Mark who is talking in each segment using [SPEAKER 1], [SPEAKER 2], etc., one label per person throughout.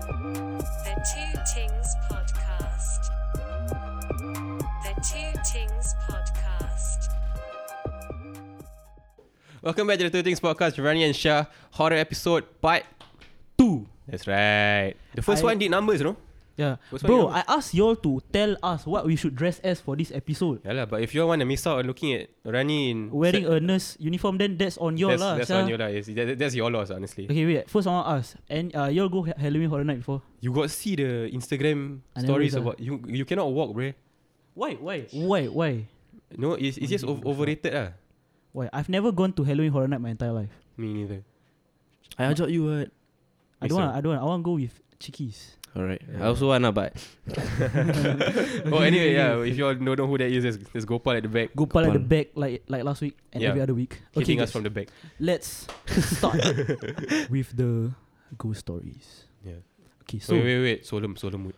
[SPEAKER 1] The Two Tings Podcast. The Two Tings Podcast.
[SPEAKER 2] Welcome back to the Two Things Podcast, Rani and Shah. Horror episode part 2. That's right. The first
[SPEAKER 3] I-
[SPEAKER 2] one did numbers, no?
[SPEAKER 3] Yeah.
[SPEAKER 2] What's wrong?
[SPEAKER 3] Bro, I asked y'all to tell us what we should dress as for this episode.
[SPEAKER 2] Yeah, lah, but if you all want to miss out on looking at Rani in...
[SPEAKER 3] Wearing
[SPEAKER 2] se-
[SPEAKER 3] a nurse uniform, then that's on y'all
[SPEAKER 2] that's,
[SPEAKER 3] lah.
[SPEAKER 2] that's
[SPEAKER 3] sia.
[SPEAKER 2] on your lah. It's- that- that's your loss, honestly.
[SPEAKER 3] Okay, wait. First, I want to ask. And uh, y'all go ha- Halloween Horror Night before?
[SPEAKER 2] You got see the Instagram
[SPEAKER 3] I never
[SPEAKER 2] stories
[SPEAKER 3] saw.
[SPEAKER 2] about... You you cannot walk, bro.
[SPEAKER 3] Why? Why? Why? Why?
[SPEAKER 2] No, it's, it's just ov- overrated lah.
[SPEAKER 3] Why? I've never gone to Halloween Horror Night my entire life.
[SPEAKER 2] Me neither.
[SPEAKER 4] I ajak you what?
[SPEAKER 3] I don't want. I don't want. I want to go with chickies.
[SPEAKER 4] Alright. I also wanna but
[SPEAKER 2] oh, anyway, yeah. If you all don't know who that is, there's, there's Gopal at the back.
[SPEAKER 3] Gopal at the
[SPEAKER 4] Gopal.
[SPEAKER 3] back, like like last week and
[SPEAKER 2] Yeah.
[SPEAKER 3] every other week.
[SPEAKER 2] Hitting us
[SPEAKER 3] guys,
[SPEAKER 2] from the back.
[SPEAKER 3] let's start with the ghost stories.
[SPEAKER 2] Yeah.
[SPEAKER 3] Okay,
[SPEAKER 2] So,
[SPEAKER 3] so
[SPEAKER 2] wait, wait, wait. Solemn, solemn mood.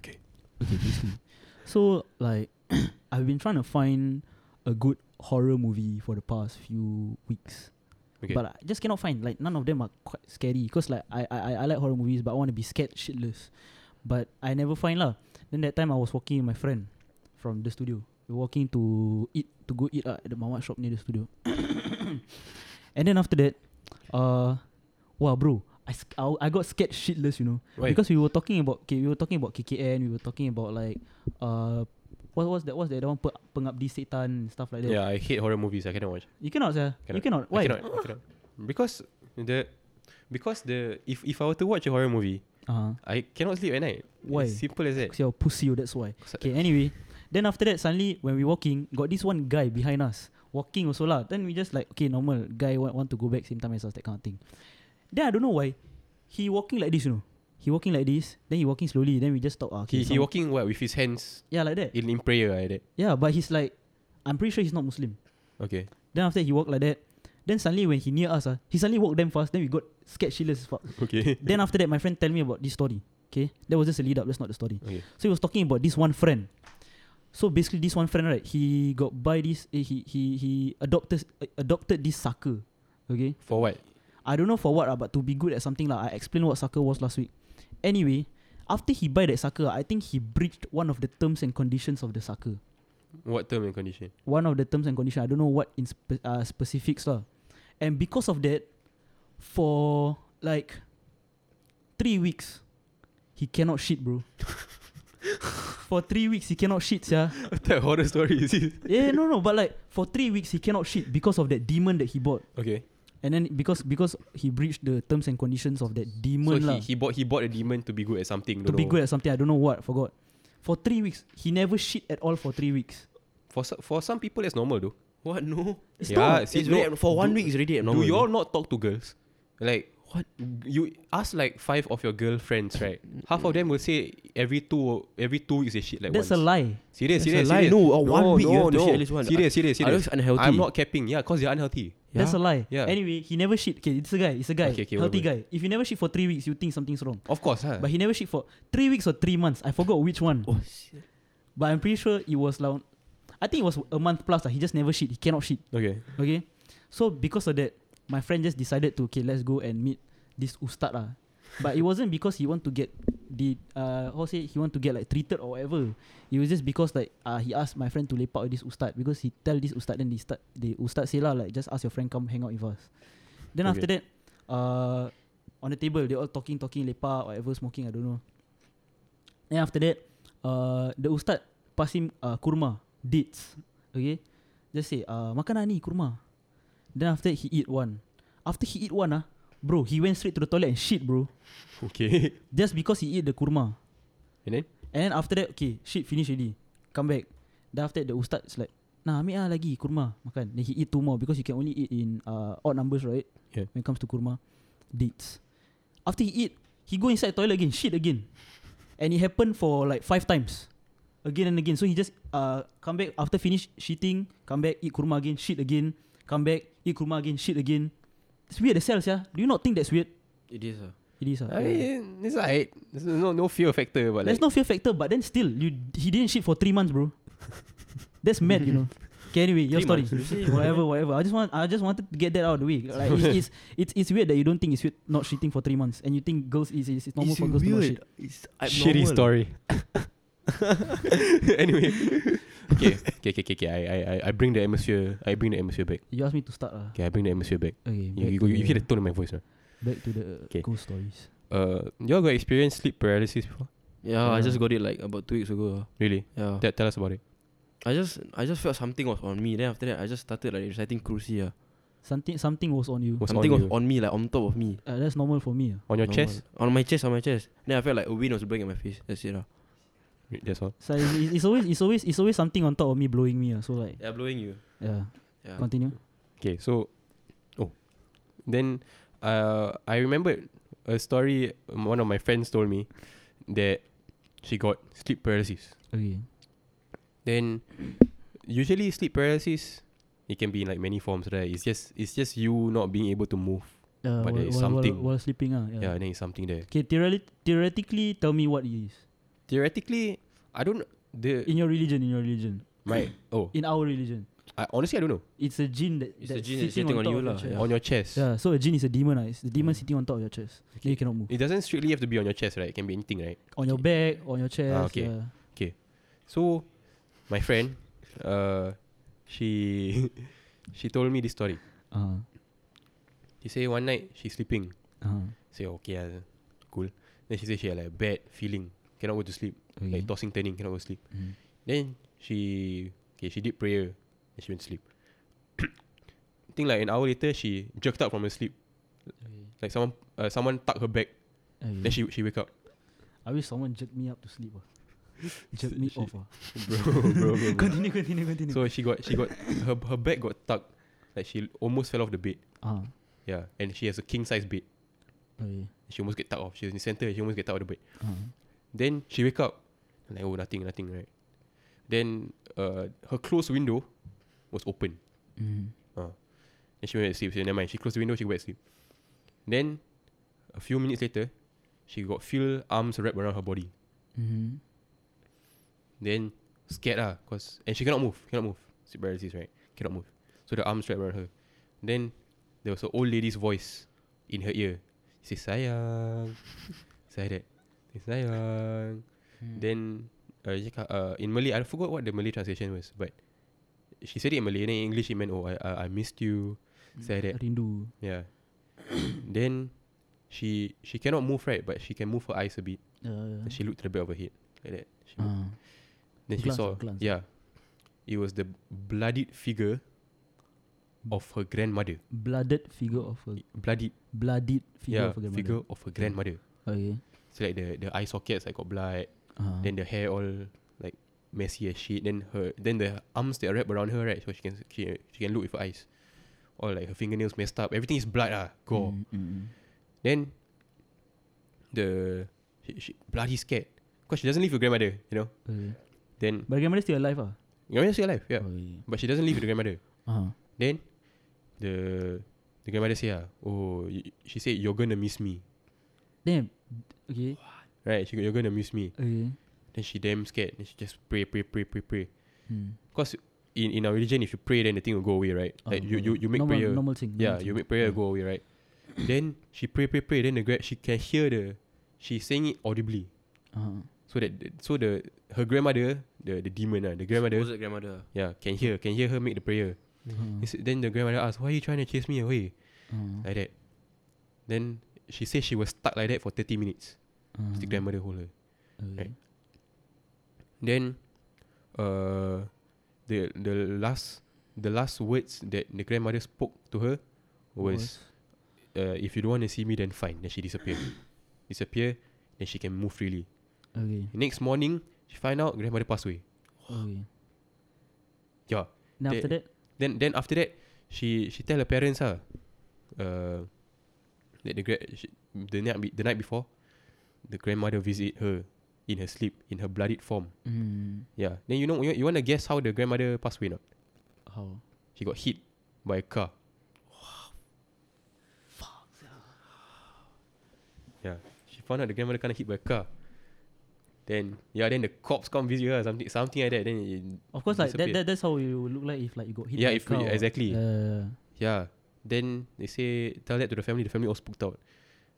[SPEAKER 3] Okay, basically. So like I've been trying to find a good horror movie for the past few weeks.
[SPEAKER 2] Okay.
[SPEAKER 3] But I just cannot find like none of them are quite scary because like I, I I- I like horror movies but I want to be scared shitless. But I never find lah. Then that time I was walking with my friend from the studio. We were walking to eat to go eat uh, at the mamak shop near the studio. and then after that, uh wow bro, I, sc- I, I got scared shitless, you know.
[SPEAKER 2] Why?
[SPEAKER 3] Because we were talking about okay, we were talking about KKN, we were talking about like uh what was that what's that, that one Pe- pengabdi setan and stuff like that.
[SPEAKER 2] yeah, I hate horror movies. I cannot watch.
[SPEAKER 3] You cannot sir.
[SPEAKER 2] Cannot.
[SPEAKER 3] You cannot.
[SPEAKER 2] I
[SPEAKER 3] Why?
[SPEAKER 2] cannot, I cannot. Because the because the if if I were to watch a horror movie,
[SPEAKER 3] Uh-huh.
[SPEAKER 2] I cannot sleep at night.
[SPEAKER 3] Why?
[SPEAKER 2] It's simple as that.
[SPEAKER 3] Cause you're a pussy, oh, that's why.
[SPEAKER 2] Cause I-
[SPEAKER 3] Okay, anyway. Then after that suddenly when we walking, got this one guy behind us. Walking also lah. Then we just like okay, normal guy want, want to go back same time as us, that kind of thing. Then I don't know why. He walking like this, you know. He walking like this, then he walking slowly, then we just stop. ah, okay,
[SPEAKER 2] He he
[SPEAKER 3] some-
[SPEAKER 2] walking what with his hands
[SPEAKER 3] Yeah, like that.
[SPEAKER 2] in, in prayer like that.
[SPEAKER 3] Yeah, but he's like I'm pretty sure he's not Muslim.
[SPEAKER 2] Okay.
[SPEAKER 3] Then after that, he walk like that. Then suddenly when he near us, ah, he suddenly walk damn fast. Then we got scared shitless as fuck.
[SPEAKER 2] Okay.
[SPEAKER 3] then after that, my friend tell me about this story. Okay, that was just a lead up. That's not the story.
[SPEAKER 2] okay.
[SPEAKER 3] So he was talking about this one friend. So basically, this one friend, right? He got by this. eh, He he he adopted eh, adopted this sucker. Okay,
[SPEAKER 2] For what?
[SPEAKER 3] I don't know for what, ah, but to be good at something lah. I explained what sucker was last week. Anyway, after he buy that sucker, I think he breached one of the terms and conditions of the sucker.
[SPEAKER 2] What term and condition?
[SPEAKER 3] one of the terms and condition. I don't know what in spe- uh, specifics lah. And because of that, for like three weeks, he cannot shit, bro. for three weeks, he cannot shit, yeah.
[SPEAKER 2] What type of horror story is this?
[SPEAKER 3] Yeah, no, no. But like for three weeks, he cannot shit because of that demon that he bought.
[SPEAKER 2] Okay.
[SPEAKER 3] And then because because he breached the terms and conditions of that demon
[SPEAKER 2] so
[SPEAKER 3] lah
[SPEAKER 2] he, he bought he bought a demon to be good at something.
[SPEAKER 3] to
[SPEAKER 2] don't
[SPEAKER 3] be
[SPEAKER 2] know.
[SPEAKER 3] good at something. I don't know what. Forgot. For three weeks, he never shit at all for three weeks.
[SPEAKER 2] For so- for some people that's normal though.
[SPEAKER 4] What no?
[SPEAKER 3] It's
[SPEAKER 2] Yeah,
[SPEAKER 3] not.
[SPEAKER 2] see,
[SPEAKER 4] it's
[SPEAKER 2] no,
[SPEAKER 4] already, for one
[SPEAKER 2] do-
[SPEAKER 4] week it's already abnormal.
[SPEAKER 2] Do you all
[SPEAKER 4] bro.
[SPEAKER 2] not talk to girls? Like what? You ask like five of your girlfriends, right? Half of them will say every two every two weeks they shit like
[SPEAKER 3] That's a
[SPEAKER 2] once.
[SPEAKER 3] lie.
[SPEAKER 2] Serious,
[SPEAKER 4] That's
[SPEAKER 2] serious,
[SPEAKER 4] a lie.
[SPEAKER 2] serious.
[SPEAKER 4] No, uh, one week you have to shit at least once.
[SPEAKER 2] Serious, serious,
[SPEAKER 4] Are
[SPEAKER 2] serious.
[SPEAKER 4] those unhealthy?
[SPEAKER 2] I'm not capping. Yeah, cause they're unhealthy.
[SPEAKER 3] That's a lie.
[SPEAKER 2] Yeah.
[SPEAKER 3] Anyway, he never shit. Okay, it's a guy. It's a guy.
[SPEAKER 2] Okay, okay,
[SPEAKER 3] healthy
[SPEAKER 2] whatever.
[SPEAKER 3] guy. If you never shit for three weeks, you think something's wrong.
[SPEAKER 2] Of course, huh?
[SPEAKER 3] But he never shit for three weeks or three months. I forgot which one.
[SPEAKER 4] Oh shit.
[SPEAKER 3] But I'm pretty sure it was like, I think it was a month plus. Lah. He just never shit. He cannot shit.
[SPEAKER 2] okay.
[SPEAKER 3] Okay. So because of that, my friend just decided to okay, let's go and meet this ustad lah. But it wasn't because he want to get the uh how say he want to get like treated or whatever. It was just because like uh he asked my friend to lepak with this ustad because he tell this ustad then the ustad the ustad say lah like just ask your friend come hang out with us. Then
[SPEAKER 2] Okay.
[SPEAKER 3] after that, uh on the table they all talking talking lepak whatever smoking I don't know. Then after that, uh the ustad pass him uh, kurma dates. Okay, just say uh makan lah ni kurma. Then after that, he eat one. After he eat one ah, bro, he went straight to the toilet and shit, bro.
[SPEAKER 2] Okay.
[SPEAKER 3] Just because he eat the kurma.
[SPEAKER 2] and then
[SPEAKER 3] And then after that, okay, shit finish already. Come back. Then after that, the ustad is like, nah, ambil lah lagi kurma makan. Then he eat two more because you can only eat in uh, odd numbers, right?
[SPEAKER 2] Yeah.
[SPEAKER 3] When it comes to kurma. Dates. After he eat, he go inside the toilet again, shit again. And it happened for like five times. Again and again. So he just uh, come back after finish shitting, come back, eat kurma again, shit again, come back, eat kurma again, shit again. It's weird as hell, yeah. Do you not think that's weird?
[SPEAKER 4] It is uh.
[SPEAKER 3] It is. ah.
[SPEAKER 2] I mean, it's alright. There's no no fear factor, but
[SPEAKER 3] There's
[SPEAKER 2] like,
[SPEAKER 3] no fear factor, but then still, you he didn't shit for three months, bro. That's mad, you know. Okay, anyway, your story.
[SPEAKER 4] Three months, you see,
[SPEAKER 3] whatever, whatever. I just want, I just wanted to get that out of the way. Like it's, it's, it's, it's weird that you don't think it's weird not shitting for three months, and you think girls is it's, it's normal
[SPEAKER 4] it's
[SPEAKER 3] for girls to not shit.
[SPEAKER 4] weird. It's
[SPEAKER 2] Shitty
[SPEAKER 4] abnormal.
[SPEAKER 2] story. anyway, okay, okay, okay, okay, okay. I, I, I- I bring the atmosphere. I bring the atmosphere back.
[SPEAKER 3] You asked me to start, uh.
[SPEAKER 2] Okay, I bring the atmosphere back.
[SPEAKER 3] Okay.
[SPEAKER 2] You,
[SPEAKER 3] back
[SPEAKER 2] you,
[SPEAKER 3] to
[SPEAKER 2] you
[SPEAKER 3] the-
[SPEAKER 2] hear the tone of my voice, right?
[SPEAKER 3] Back to the
[SPEAKER 2] Okay.
[SPEAKER 3] ghost stories.
[SPEAKER 2] Uh, y'all got experience sleep paralysis before?
[SPEAKER 4] Yeah, I
[SPEAKER 3] Yeah.
[SPEAKER 4] just got it like about two weeks ago.
[SPEAKER 2] Really?
[SPEAKER 4] ah. Yeah.
[SPEAKER 2] Tell, tell us about it.
[SPEAKER 4] I just I just felt something was on me. Then after that, I just started like reciting Kursi. ah.
[SPEAKER 3] Something, something was on you.
[SPEAKER 2] Was
[SPEAKER 4] something
[SPEAKER 2] on
[SPEAKER 4] was
[SPEAKER 2] you.
[SPEAKER 4] on me, like on top of me.
[SPEAKER 3] Uh, that's normal for me. Uh.
[SPEAKER 2] On your
[SPEAKER 4] Normal.
[SPEAKER 2] chest?
[SPEAKER 4] On my chest, on my chest. Then I felt like a wind was blowing at my face. That's it. ah.
[SPEAKER 2] That's all.
[SPEAKER 3] So it's, it's- it's always, it's always, it's always something on top of me blowing me. Uh. So like,
[SPEAKER 4] Yeah, blowing you.
[SPEAKER 3] yeah.
[SPEAKER 2] Uh,
[SPEAKER 4] Yeah.
[SPEAKER 3] Continue.
[SPEAKER 2] Okay, so oh, then uh, I remembered a story um, one of my friends told me that she got sleep paralysis.
[SPEAKER 3] Okay.
[SPEAKER 2] Then usually sleep paralysis it can be in like many forms, right? It's just it's just you not being able to move.
[SPEAKER 3] Uh,
[SPEAKER 2] But
[SPEAKER 3] while,
[SPEAKER 2] there is
[SPEAKER 3] while,
[SPEAKER 2] something.
[SPEAKER 3] While, while sleeping, uh,
[SPEAKER 2] Yeah,
[SPEAKER 3] yeah.
[SPEAKER 2] and then it's something there.
[SPEAKER 3] Okay, theoretically, theoretically, tell me what it is.
[SPEAKER 2] Theoretically, I don't the
[SPEAKER 3] In your religion, in your religion,
[SPEAKER 2] my oh
[SPEAKER 3] in our religion,
[SPEAKER 2] I, honestly I don't know
[SPEAKER 3] it's a jinn that
[SPEAKER 4] It's a
[SPEAKER 3] that's
[SPEAKER 4] jinn that's
[SPEAKER 3] sitting
[SPEAKER 4] sitting on
[SPEAKER 3] top
[SPEAKER 4] you
[SPEAKER 3] of your
[SPEAKER 4] lah,
[SPEAKER 3] chest.
[SPEAKER 4] Yeah.
[SPEAKER 2] on your chest.
[SPEAKER 3] Yeah, so a jinn is a demon. ah. It's the demon sitting on top of your chest. Then you cannot move.
[SPEAKER 2] It doesn't strictly have to be on your chest, right? It can be anything, right?
[SPEAKER 3] On your back, on your chest.
[SPEAKER 2] okay.
[SPEAKER 3] Yeah.
[SPEAKER 2] So, my friend, uh, she she told me this story.
[SPEAKER 3] Uh-huh.
[SPEAKER 2] She say one night she sleeping.
[SPEAKER 3] Uh-huh.
[SPEAKER 2] Say okay, ah, cool. Then she say she had like bad feeling, cannot go to sleep,
[SPEAKER 3] Okay.
[SPEAKER 2] like tossing turning, cannot go to sleep.
[SPEAKER 3] Mm.
[SPEAKER 2] Then she okay, she did prayer and she went to sleep. I think like an hour later she jerked up from her sleep. Like someone uh, someone tuck her back.
[SPEAKER 3] Okay.
[SPEAKER 2] Then she she wake up.
[SPEAKER 3] I wish someone jerked me up to sleep. ah. Jerk me
[SPEAKER 2] She-
[SPEAKER 3] off. ah.
[SPEAKER 2] bro, bro, bro, bro.
[SPEAKER 3] Continue, continue, continue.
[SPEAKER 2] So she got she got her her back got tucked. Like she almost fell off the bed.
[SPEAKER 3] uh,
[SPEAKER 2] Yeah. And she has a king size bed.
[SPEAKER 3] okay.
[SPEAKER 2] She almost get tucked off. She was in the center. She almost get tucked out of the bed.
[SPEAKER 3] Uh,
[SPEAKER 2] Then she wake up. Like, oh, nothing, nothing, right? Then uh, her closed window was open.
[SPEAKER 3] mm.
[SPEAKER 2] And she went to sleep. So never mind. She closed the window. She went to sleep. Then a few minutes later, she got feel arms wrapped around her body.
[SPEAKER 3] Mm-hmm.
[SPEAKER 2] Then scared ah, cause and she cannot move. Cannot move. Sleep paralysis, right? Cannot move. So the arms wrapped around her. Then there was an old lady's voice in her ear. She says, "Sayang, say that. Sayang." Then uh, dia cakap, uh, in Malay, I forgot what the Malay translation was, but she said it in Malay. Then in English, it meant, "Oh, I I, I missed you." Say that.
[SPEAKER 3] Mm. Rindu.
[SPEAKER 2] Yeah. then she she cannot move right, but she can move her eyes a bit.
[SPEAKER 3] Uh,
[SPEAKER 2] And she looked to the back of her head like that. She looked.
[SPEAKER 3] uh,
[SPEAKER 2] then she
[SPEAKER 3] glance
[SPEAKER 2] saw
[SPEAKER 3] ah, glance ah.
[SPEAKER 2] yeah, it was the bloodied figure of her grandmother.
[SPEAKER 3] blooded figure of a
[SPEAKER 2] Bloodied
[SPEAKER 3] bloodied
[SPEAKER 2] yeah
[SPEAKER 3] figure of a grandmother.
[SPEAKER 2] figure of her grandmother.
[SPEAKER 3] Okay.
[SPEAKER 2] So like the the eye sockets like got blood.
[SPEAKER 3] Uh,
[SPEAKER 2] Then the hair all like messy as shit. Then her then the arms that are wrapped around her right, so she can she, she can look with her eyes. All like her fingernails messed up. Everything is blood ah. Gore.
[SPEAKER 3] Mm, mm, mm.
[SPEAKER 2] Then the she, she bloody scared because she doesn't live with grandmother, you know.
[SPEAKER 3] Okay.
[SPEAKER 2] Then
[SPEAKER 3] But grandmother still alive ah. Oh,
[SPEAKER 2] grandmother still alive, yeah,
[SPEAKER 3] Okay.
[SPEAKER 2] but she doesn't live with the grandmother.
[SPEAKER 3] Uh-huh.
[SPEAKER 2] Then the the grandmother say, ah, oh, y- she said you're gonna miss me,
[SPEAKER 3] Damn. Okay.
[SPEAKER 2] right? She go, you're gonna miss me.
[SPEAKER 3] Okay.
[SPEAKER 2] Then she damn scared. Then she just pray, pray, pray, pray, pray.
[SPEAKER 3] Hmm.
[SPEAKER 2] Cause in, in our religion, if you pray, then the thing will go away, right?
[SPEAKER 3] Ah,
[SPEAKER 2] like Eh, you, you
[SPEAKER 3] normal-
[SPEAKER 2] you make
[SPEAKER 3] normal,
[SPEAKER 2] prayer,
[SPEAKER 3] Normal thing.
[SPEAKER 2] yeah,
[SPEAKER 3] normal
[SPEAKER 2] you
[SPEAKER 3] thing.
[SPEAKER 2] make prayer go away, right? then she pray, pray, pray. Then the gra- she can hear the she's saying it audibly.
[SPEAKER 3] Uh-huh.
[SPEAKER 2] So that the- so the her grandmother, the the demon ah, the grandmother,
[SPEAKER 4] Was it grandmother?
[SPEAKER 2] yeah, can hear, can hear her make the prayer.
[SPEAKER 3] Uh-huh.
[SPEAKER 2] He said- Then the grandmother asked, "Why are you trying to chase me away
[SPEAKER 3] Uh-huh.
[SPEAKER 2] like that?" Then she said she was stuck like that for thirty minutes. The
[SPEAKER 3] Uh-huh.
[SPEAKER 2] grandmother hold her.
[SPEAKER 3] Okay.
[SPEAKER 2] Right. Then, uh, the the last the last words that the grandmother spoke to her was, uh, "If you don't want to see me, then fine." Then she disappeared. disappear. Then she can move freely.
[SPEAKER 3] Okay.
[SPEAKER 2] Next morning, she find out grandmother passed away.
[SPEAKER 3] Okay.
[SPEAKER 2] Yeah.
[SPEAKER 3] Then after that,
[SPEAKER 2] Then then after that, she she tell her parents ah, uh, that the gra- she, the night be- the night before, the grandmother visit her in her sleep in her bloodied form.
[SPEAKER 3] mm,
[SPEAKER 2] Yeah. Then you know you, you want to guess how the grandmother passed away? Not
[SPEAKER 3] how?
[SPEAKER 2] she got hit by a car. Yeah. She found out the grandmother kind of hit by a car. Then yeah, then the cops come visit her something something like that. Then it,
[SPEAKER 3] Of course, like that,
[SPEAKER 2] disappeared.
[SPEAKER 3] that, that's how you look like if like you got hit.
[SPEAKER 2] Yeah,
[SPEAKER 3] by a
[SPEAKER 2] if you-
[SPEAKER 3] car or-
[SPEAKER 2] exactly.
[SPEAKER 3] Yeah.
[SPEAKER 2] yeah. Then they say tell that to the family. The family all spooked out.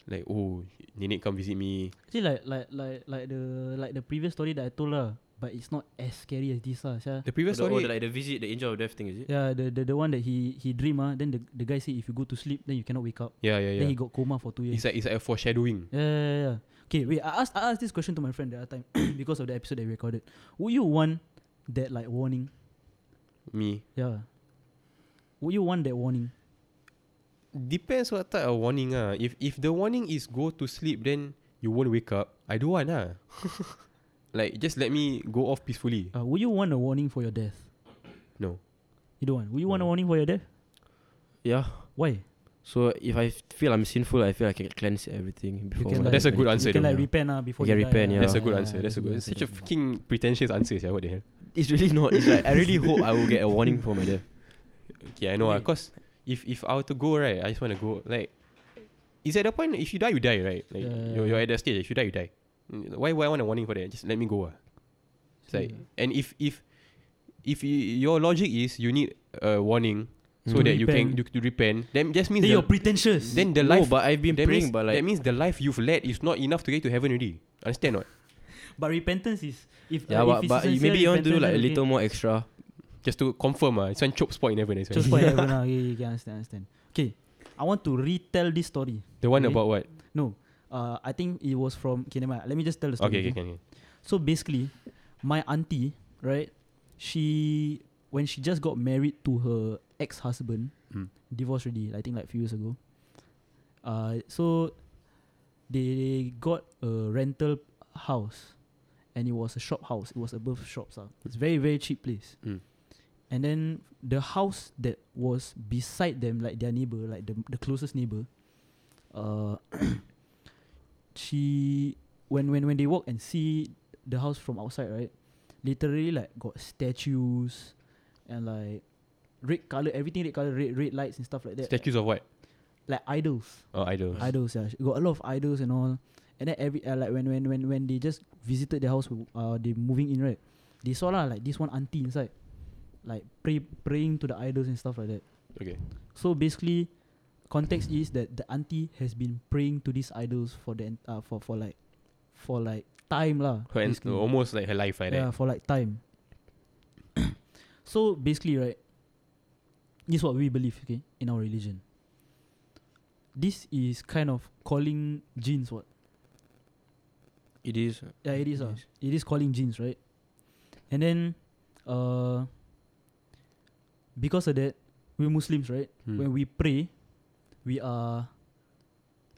[SPEAKER 2] Like oh, nenek come visit me.
[SPEAKER 3] See, like like like like the like the previous story that I told lah, but it's not as scary as this lah. sia.
[SPEAKER 2] The previous
[SPEAKER 4] the, oh,
[SPEAKER 2] story,
[SPEAKER 4] the, like the visit, the angel of death thing, is it?
[SPEAKER 3] Yeah, the, the the one that he he dream ah, then the the guy say if you go to sleep, then you cannot wake up.
[SPEAKER 2] yeah, yeah, yeah.
[SPEAKER 3] Then he got coma for two years.
[SPEAKER 2] It's like it's like a foreshadowing.
[SPEAKER 3] Yeah, yeah, yeah. Okay, wait. I asked I asked this question to my friend the other time because of the episode that we recorded. Would you want that like warning?
[SPEAKER 2] Me
[SPEAKER 3] Yeah. Would you want that warning?
[SPEAKER 2] depends what type of warning ah. If if the warning is go to sleep, then you won't wake up. I don't want ah. like just let me go off peacefully.
[SPEAKER 3] Uh, would you want a warning for your death?
[SPEAKER 2] No.
[SPEAKER 3] You don't want. Would you want a
[SPEAKER 2] No.
[SPEAKER 3] warning for your death?
[SPEAKER 4] Yeah.
[SPEAKER 3] Why?
[SPEAKER 4] So if I feel I'm sinful, I feel I can cleanse everything
[SPEAKER 3] You
[SPEAKER 4] before.
[SPEAKER 3] can
[SPEAKER 4] my
[SPEAKER 3] like-
[SPEAKER 2] That's a good answer
[SPEAKER 4] mortality.
[SPEAKER 3] you can
[SPEAKER 2] though.
[SPEAKER 3] like
[SPEAKER 4] yeah.
[SPEAKER 3] repent ah before
[SPEAKER 4] You can
[SPEAKER 3] die,
[SPEAKER 4] repent,
[SPEAKER 3] ah.
[SPEAKER 4] yeah.
[SPEAKER 2] That's a good answer.
[SPEAKER 3] yeah,
[SPEAKER 2] That's a good. Such a
[SPEAKER 3] answer.
[SPEAKER 2] fucking pretentious answer. Yeah, what the hell?
[SPEAKER 4] It's really not. It's like I really hope I will get a warning for my death.
[SPEAKER 2] Okay, I know. ah, Cause if if I were to go right, I just want to go. Like, it's at the point if you die, you die, right? Like
[SPEAKER 3] Yeah.
[SPEAKER 2] you're, you're at that stage. If you die, you die. Mm, Why why I want a warning for that? Just let me go. ah. It's like,
[SPEAKER 3] Yeah.
[SPEAKER 2] and if if if y- your logic is you need a warning so
[SPEAKER 3] To
[SPEAKER 2] that you can
[SPEAKER 3] repent.
[SPEAKER 2] you to repent, then just means
[SPEAKER 3] Then you're
[SPEAKER 2] the,
[SPEAKER 3] pretentious.
[SPEAKER 2] then the
[SPEAKER 4] no,
[SPEAKER 2] life.
[SPEAKER 4] but I've been
[SPEAKER 2] that means,
[SPEAKER 4] praying, but like
[SPEAKER 2] that means the life you've led is not enough to get to heaven already. Understand not?
[SPEAKER 3] but repentance is if
[SPEAKER 4] yeah,
[SPEAKER 3] uh,
[SPEAKER 4] but,
[SPEAKER 3] if it's
[SPEAKER 4] but you-
[SPEAKER 3] sincere
[SPEAKER 4] maybe you want to do
[SPEAKER 3] repentance,
[SPEAKER 4] like a
[SPEAKER 3] okay.
[SPEAKER 4] little more extra.
[SPEAKER 2] Just to confirm, ah, it's one chop spot in heaven. it's one.
[SPEAKER 3] Just for everyone, ah, okay, okay, understand, understand. Okay, I want to retell this story.
[SPEAKER 2] The one
[SPEAKER 3] Okay.
[SPEAKER 2] about what?
[SPEAKER 3] No, uh, I think it was from. Okay, never mind. Let me just tell the story.
[SPEAKER 2] Okay, okay, okay. okay.
[SPEAKER 3] So basically, my auntie, right? She when she just got married to her ex husband,
[SPEAKER 2] Mm.
[SPEAKER 3] divorced already. I think like few years ago. Uh, so they got a rental house, and it was a shop house. It was above shops. Ah, it's very very cheap place.
[SPEAKER 2] Mm.
[SPEAKER 3] And then the house that was beside them, like their neighbor, like the the closest neighbor, uh, she when when when they walk and see the house from outside, right? Literally like got statues and like red color, everything red color, red red lights and stuff like that.
[SPEAKER 2] Statues of what?
[SPEAKER 3] like idols,
[SPEAKER 2] Oh, idols.
[SPEAKER 3] idols. Yeah, She got a lot of idols and all. And then every uh, like when when when when they just visited the house, w- uh, they moving in right. They saw lah like this one auntie inside, like pray praying to the idols and stuff like that.
[SPEAKER 2] Okay.
[SPEAKER 3] So basically, context is that the auntie has been praying to these idols for the en- uh, for for like for like time lah.
[SPEAKER 2] Her en-
[SPEAKER 3] basically.
[SPEAKER 2] almost like her life like
[SPEAKER 3] yeah,
[SPEAKER 2] that.
[SPEAKER 3] for like time. so basically, right, this is what we believe, okay, in our religion. This is kind of calling genes what?
[SPEAKER 4] It is.
[SPEAKER 3] Yeah, it is.
[SPEAKER 4] It
[SPEAKER 3] ah.
[SPEAKER 4] is.
[SPEAKER 3] It is calling genes, right? And then, uh, because of that, we Muslims, right?
[SPEAKER 2] Hmm.
[SPEAKER 3] When we pray, we are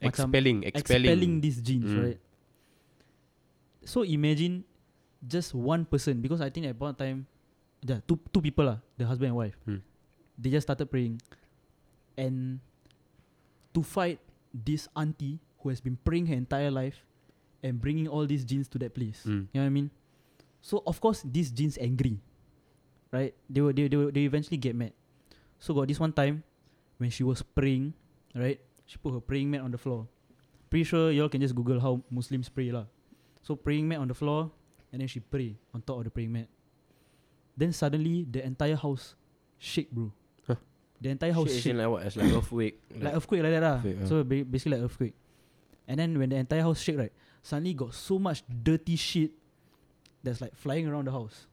[SPEAKER 3] macam
[SPEAKER 2] Expelling, expelling.
[SPEAKER 3] these genes,
[SPEAKER 2] Mm.
[SPEAKER 3] right? So imagine just one person because I think at one time, yeah, two two people lah, the husband and wife,
[SPEAKER 2] Mm.
[SPEAKER 3] they just started praying, and to fight this auntie who has been praying her entire life, and bringing all these genes to that place.
[SPEAKER 2] Mm.
[SPEAKER 3] You know what I mean? So of course these genes angry, right? They will they they will, they eventually get mad. So got this one time when she was praying, right? She put her praying mat on the floor. Pretty sure y'all can just Google how Muslims pray lah. So praying mat on the floor, and then she pray on top of the praying mat. Then suddenly the entire house shake, bro.
[SPEAKER 2] Huh.
[SPEAKER 3] The entire house
[SPEAKER 4] Shit, as
[SPEAKER 3] shake
[SPEAKER 4] in like what? As like earthquake.
[SPEAKER 3] like earthquake like that lah.
[SPEAKER 4] Earthquake, yeah.
[SPEAKER 3] So ba- basically like earthquake. And then when the entire house shake right, suddenly got so much dirty shit that's like flying around the house.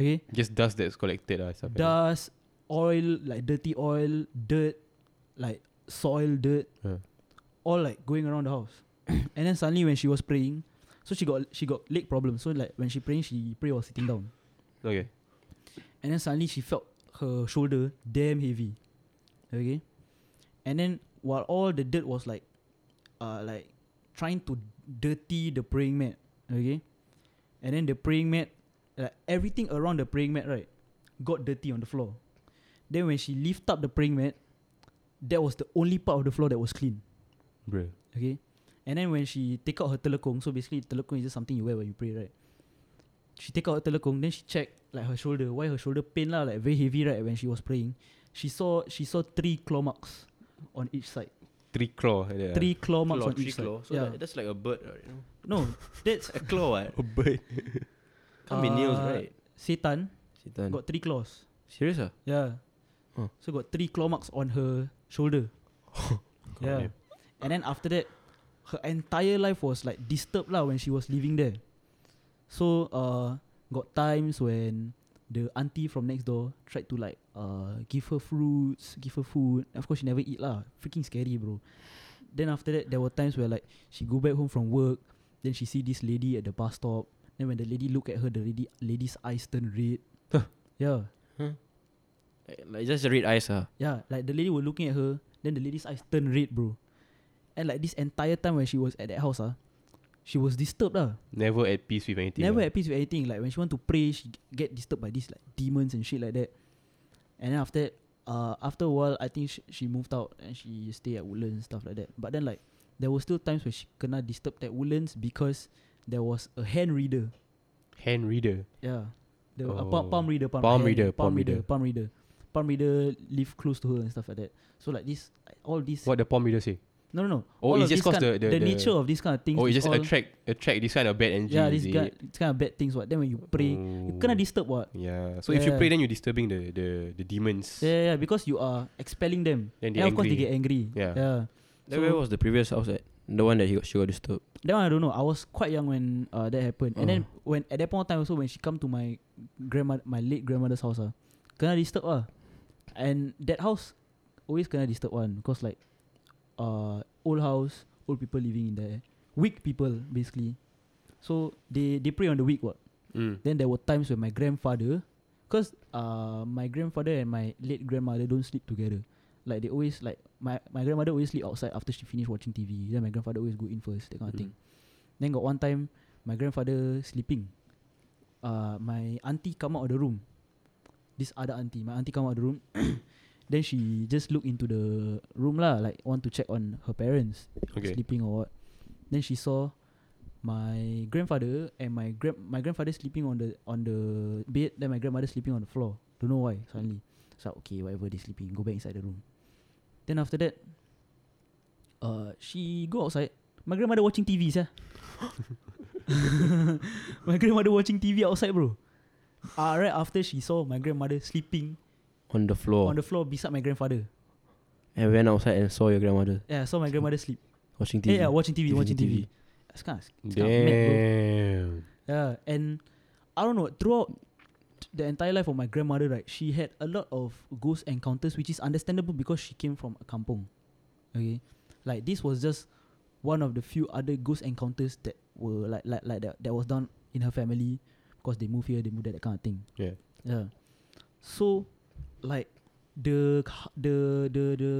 [SPEAKER 3] Okay,
[SPEAKER 2] Just dust that's collected. Uh, stuff like that.
[SPEAKER 3] dust, oil like dirty oil, dirt, like soil, dirt,
[SPEAKER 2] Yeah.
[SPEAKER 3] all like going around the house. and then suddenly when she was praying, so she got she got leg problem. So like when she praying, she pray while sitting down.
[SPEAKER 2] Okay.
[SPEAKER 3] And then suddenly she felt her shoulder damn heavy. Okay? And then while all the dirt was like uh like trying to dirty the praying mat. Okay? And then the praying mat like everything around the praying mat, right, got dirty on the floor. Then when she lift up the praying mat, that was the only part of the floor that was clean.
[SPEAKER 2] Bro.
[SPEAKER 3] Okay. And then when she take out her telekung, so basically telekung is just something you wear when you pray, right? She take out her telekung, then she check like her shoulder. Why her shoulder pain lah, like very heavy, right? When she was praying, she saw she saw three claw marks on each side.
[SPEAKER 2] Three claw. like that, ah.
[SPEAKER 3] Three claw marks on
[SPEAKER 4] three
[SPEAKER 3] each
[SPEAKER 4] claw.
[SPEAKER 3] side.
[SPEAKER 4] So
[SPEAKER 3] yeah.
[SPEAKER 4] that- that's like a bird, right? You know?
[SPEAKER 3] No, that's
[SPEAKER 4] A claw, what?
[SPEAKER 2] A bird.
[SPEAKER 4] Can't be nails,
[SPEAKER 3] Uh,
[SPEAKER 4] right?
[SPEAKER 3] Satan
[SPEAKER 4] Satan.
[SPEAKER 3] got three claws.
[SPEAKER 4] Serious ah?
[SPEAKER 3] Yeah.
[SPEAKER 4] Oh.
[SPEAKER 3] So got three claw marks on her shoulder. yeah.
[SPEAKER 2] damn.
[SPEAKER 3] And then after that, her entire life was like disturbed lah when she was living there. So uh, got times when the auntie from next door tried to like uh give her fruits, give her food. Of course she never eat lah. Freaking scary, bro. Then after that, there were times where like she go back home from work, then she see this lady at the bus stop. Then when the lady look at her, the lady lady's eyes turn red. yeah.
[SPEAKER 4] Like, like just the red eyes ah.
[SPEAKER 3] Yeah, like the lady were looking at her, then the lady's eyes turned red, bro. And like this entire time when she was at that house, ah, she was disturbed lah.
[SPEAKER 2] Never at peace with anything.
[SPEAKER 3] Never
[SPEAKER 2] ah.
[SPEAKER 3] at peace with anything. Like when she want to pray, she g- get disturbed by these like demons and shit like that. And then after that, uh, after a while, I think she, she moved out and she stay at Woodlands and stuff like that. But then like there were still times where she kena disturbed at Woodlands because there was a hand reader.
[SPEAKER 2] Hand reader.
[SPEAKER 3] Yeah. The uh,
[SPEAKER 2] Oh.
[SPEAKER 3] palm, palm reader, palm,
[SPEAKER 2] Palm
[SPEAKER 3] hand-
[SPEAKER 2] reader,
[SPEAKER 3] palm
[SPEAKER 2] palm
[SPEAKER 3] reader,
[SPEAKER 2] reader.
[SPEAKER 3] palm reader, palm reader live close to her and stuff like that. So like this, all these.
[SPEAKER 2] What the palm reader say?
[SPEAKER 3] No, no, no.
[SPEAKER 2] Oh,
[SPEAKER 3] All
[SPEAKER 2] it's just
[SPEAKER 3] of these
[SPEAKER 2] 'cause the-
[SPEAKER 3] kind-
[SPEAKER 2] the- the-
[SPEAKER 3] nature of this kind of things.
[SPEAKER 2] oh, it
[SPEAKER 3] is
[SPEAKER 2] just
[SPEAKER 3] all-
[SPEAKER 2] attract attract this kind of bad energy.
[SPEAKER 3] Yeah, this
[SPEAKER 2] is
[SPEAKER 3] guy,
[SPEAKER 2] it?
[SPEAKER 3] this kind of bad things. What? Then when you pray, you
[SPEAKER 2] Oh.
[SPEAKER 3] kind of disturb what?
[SPEAKER 2] Yeah. So if you
[SPEAKER 3] Yeah.
[SPEAKER 2] pray, then you're disturbing the the, the demons.
[SPEAKER 3] Yeah, yeah, yeah, because you are expelling them.
[SPEAKER 2] Then they
[SPEAKER 3] and of course they
[SPEAKER 2] angry.
[SPEAKER 3] get angry.
[SPEAKER 2] Yeah.
[SPEAKER 3] yeah.
[SPEAKER 4] Then where was the previous house at? The one that he got, she got disturbed.
[SPEAKER 3] That one I don't know. I was quite young when uh, that happened. And then when at that point of time also when she come to my grandma my late grandmother's house ah, kena disturb ah. And that house always kena disturb one because like uh old house, old people living in there. Weak people basically. So they they prey on the weak what.
[SPEAKER 2] Mm.
[SPEAKER 3] Then there were times when my grandfather, because uh, my grandfather and my late grandmother don't sleep together. Like they always like my, my grandmother always sleep outside after she finish watching TV. Then my grandfather always go in first, that kind of thing. Then got one time my grandfather sleeping. Uh, my auntie come out of the room. This other auntie, my auntie come out of the room. then she just look into the room lah, like want to check on her parents
[SPEAKER 2] Okay.
[SPEAKER 3] sleeping or what. Then she saw my grandfather and my grand my grandfather sleeping on the on the bed, then my grandmother sleeping on the floor. Don't know why suddenly. So okay, whatever they sleeping, go back inside the room. Then after that, uh, she go outside. My grandmother watching TV, sah. my grandmother watching TV outside, bro. Uh, right after she saw my grandmother sleeping
[SPEAKER 4] On the floor.
[SPEAKER 3] on the floor beside my grandfather.
[SPEAKER 4] and went outside and saw your grandmother
[SPEAKER 3] Yeah, I saw my grandmother sleep.
[SPEAKER 4] watching TV.
[SPEAKER 3] Yeah, yeah, watching TV,
[SPEAKER 4] Watching
[SPEAKER 3] watching TV.
[SPEAKER 4] TV.
[SPEAKER 3] That's kind of
[SPEAKER 2] Damn.
[SPEAKER 3] Yeah, and I don't know throughout the entire life of my grandmother, right? She had a lot of ghost encounters, which is understandable because she came from a kampong. Okay, like this was just one of the few other ghost encounters that were like like like that that was done in her family because they moved here, they moved there, that kind of thing.
[SPEAKER 2] Yeah.
[SPEAKER 3] Yeah. So, like the k- the the the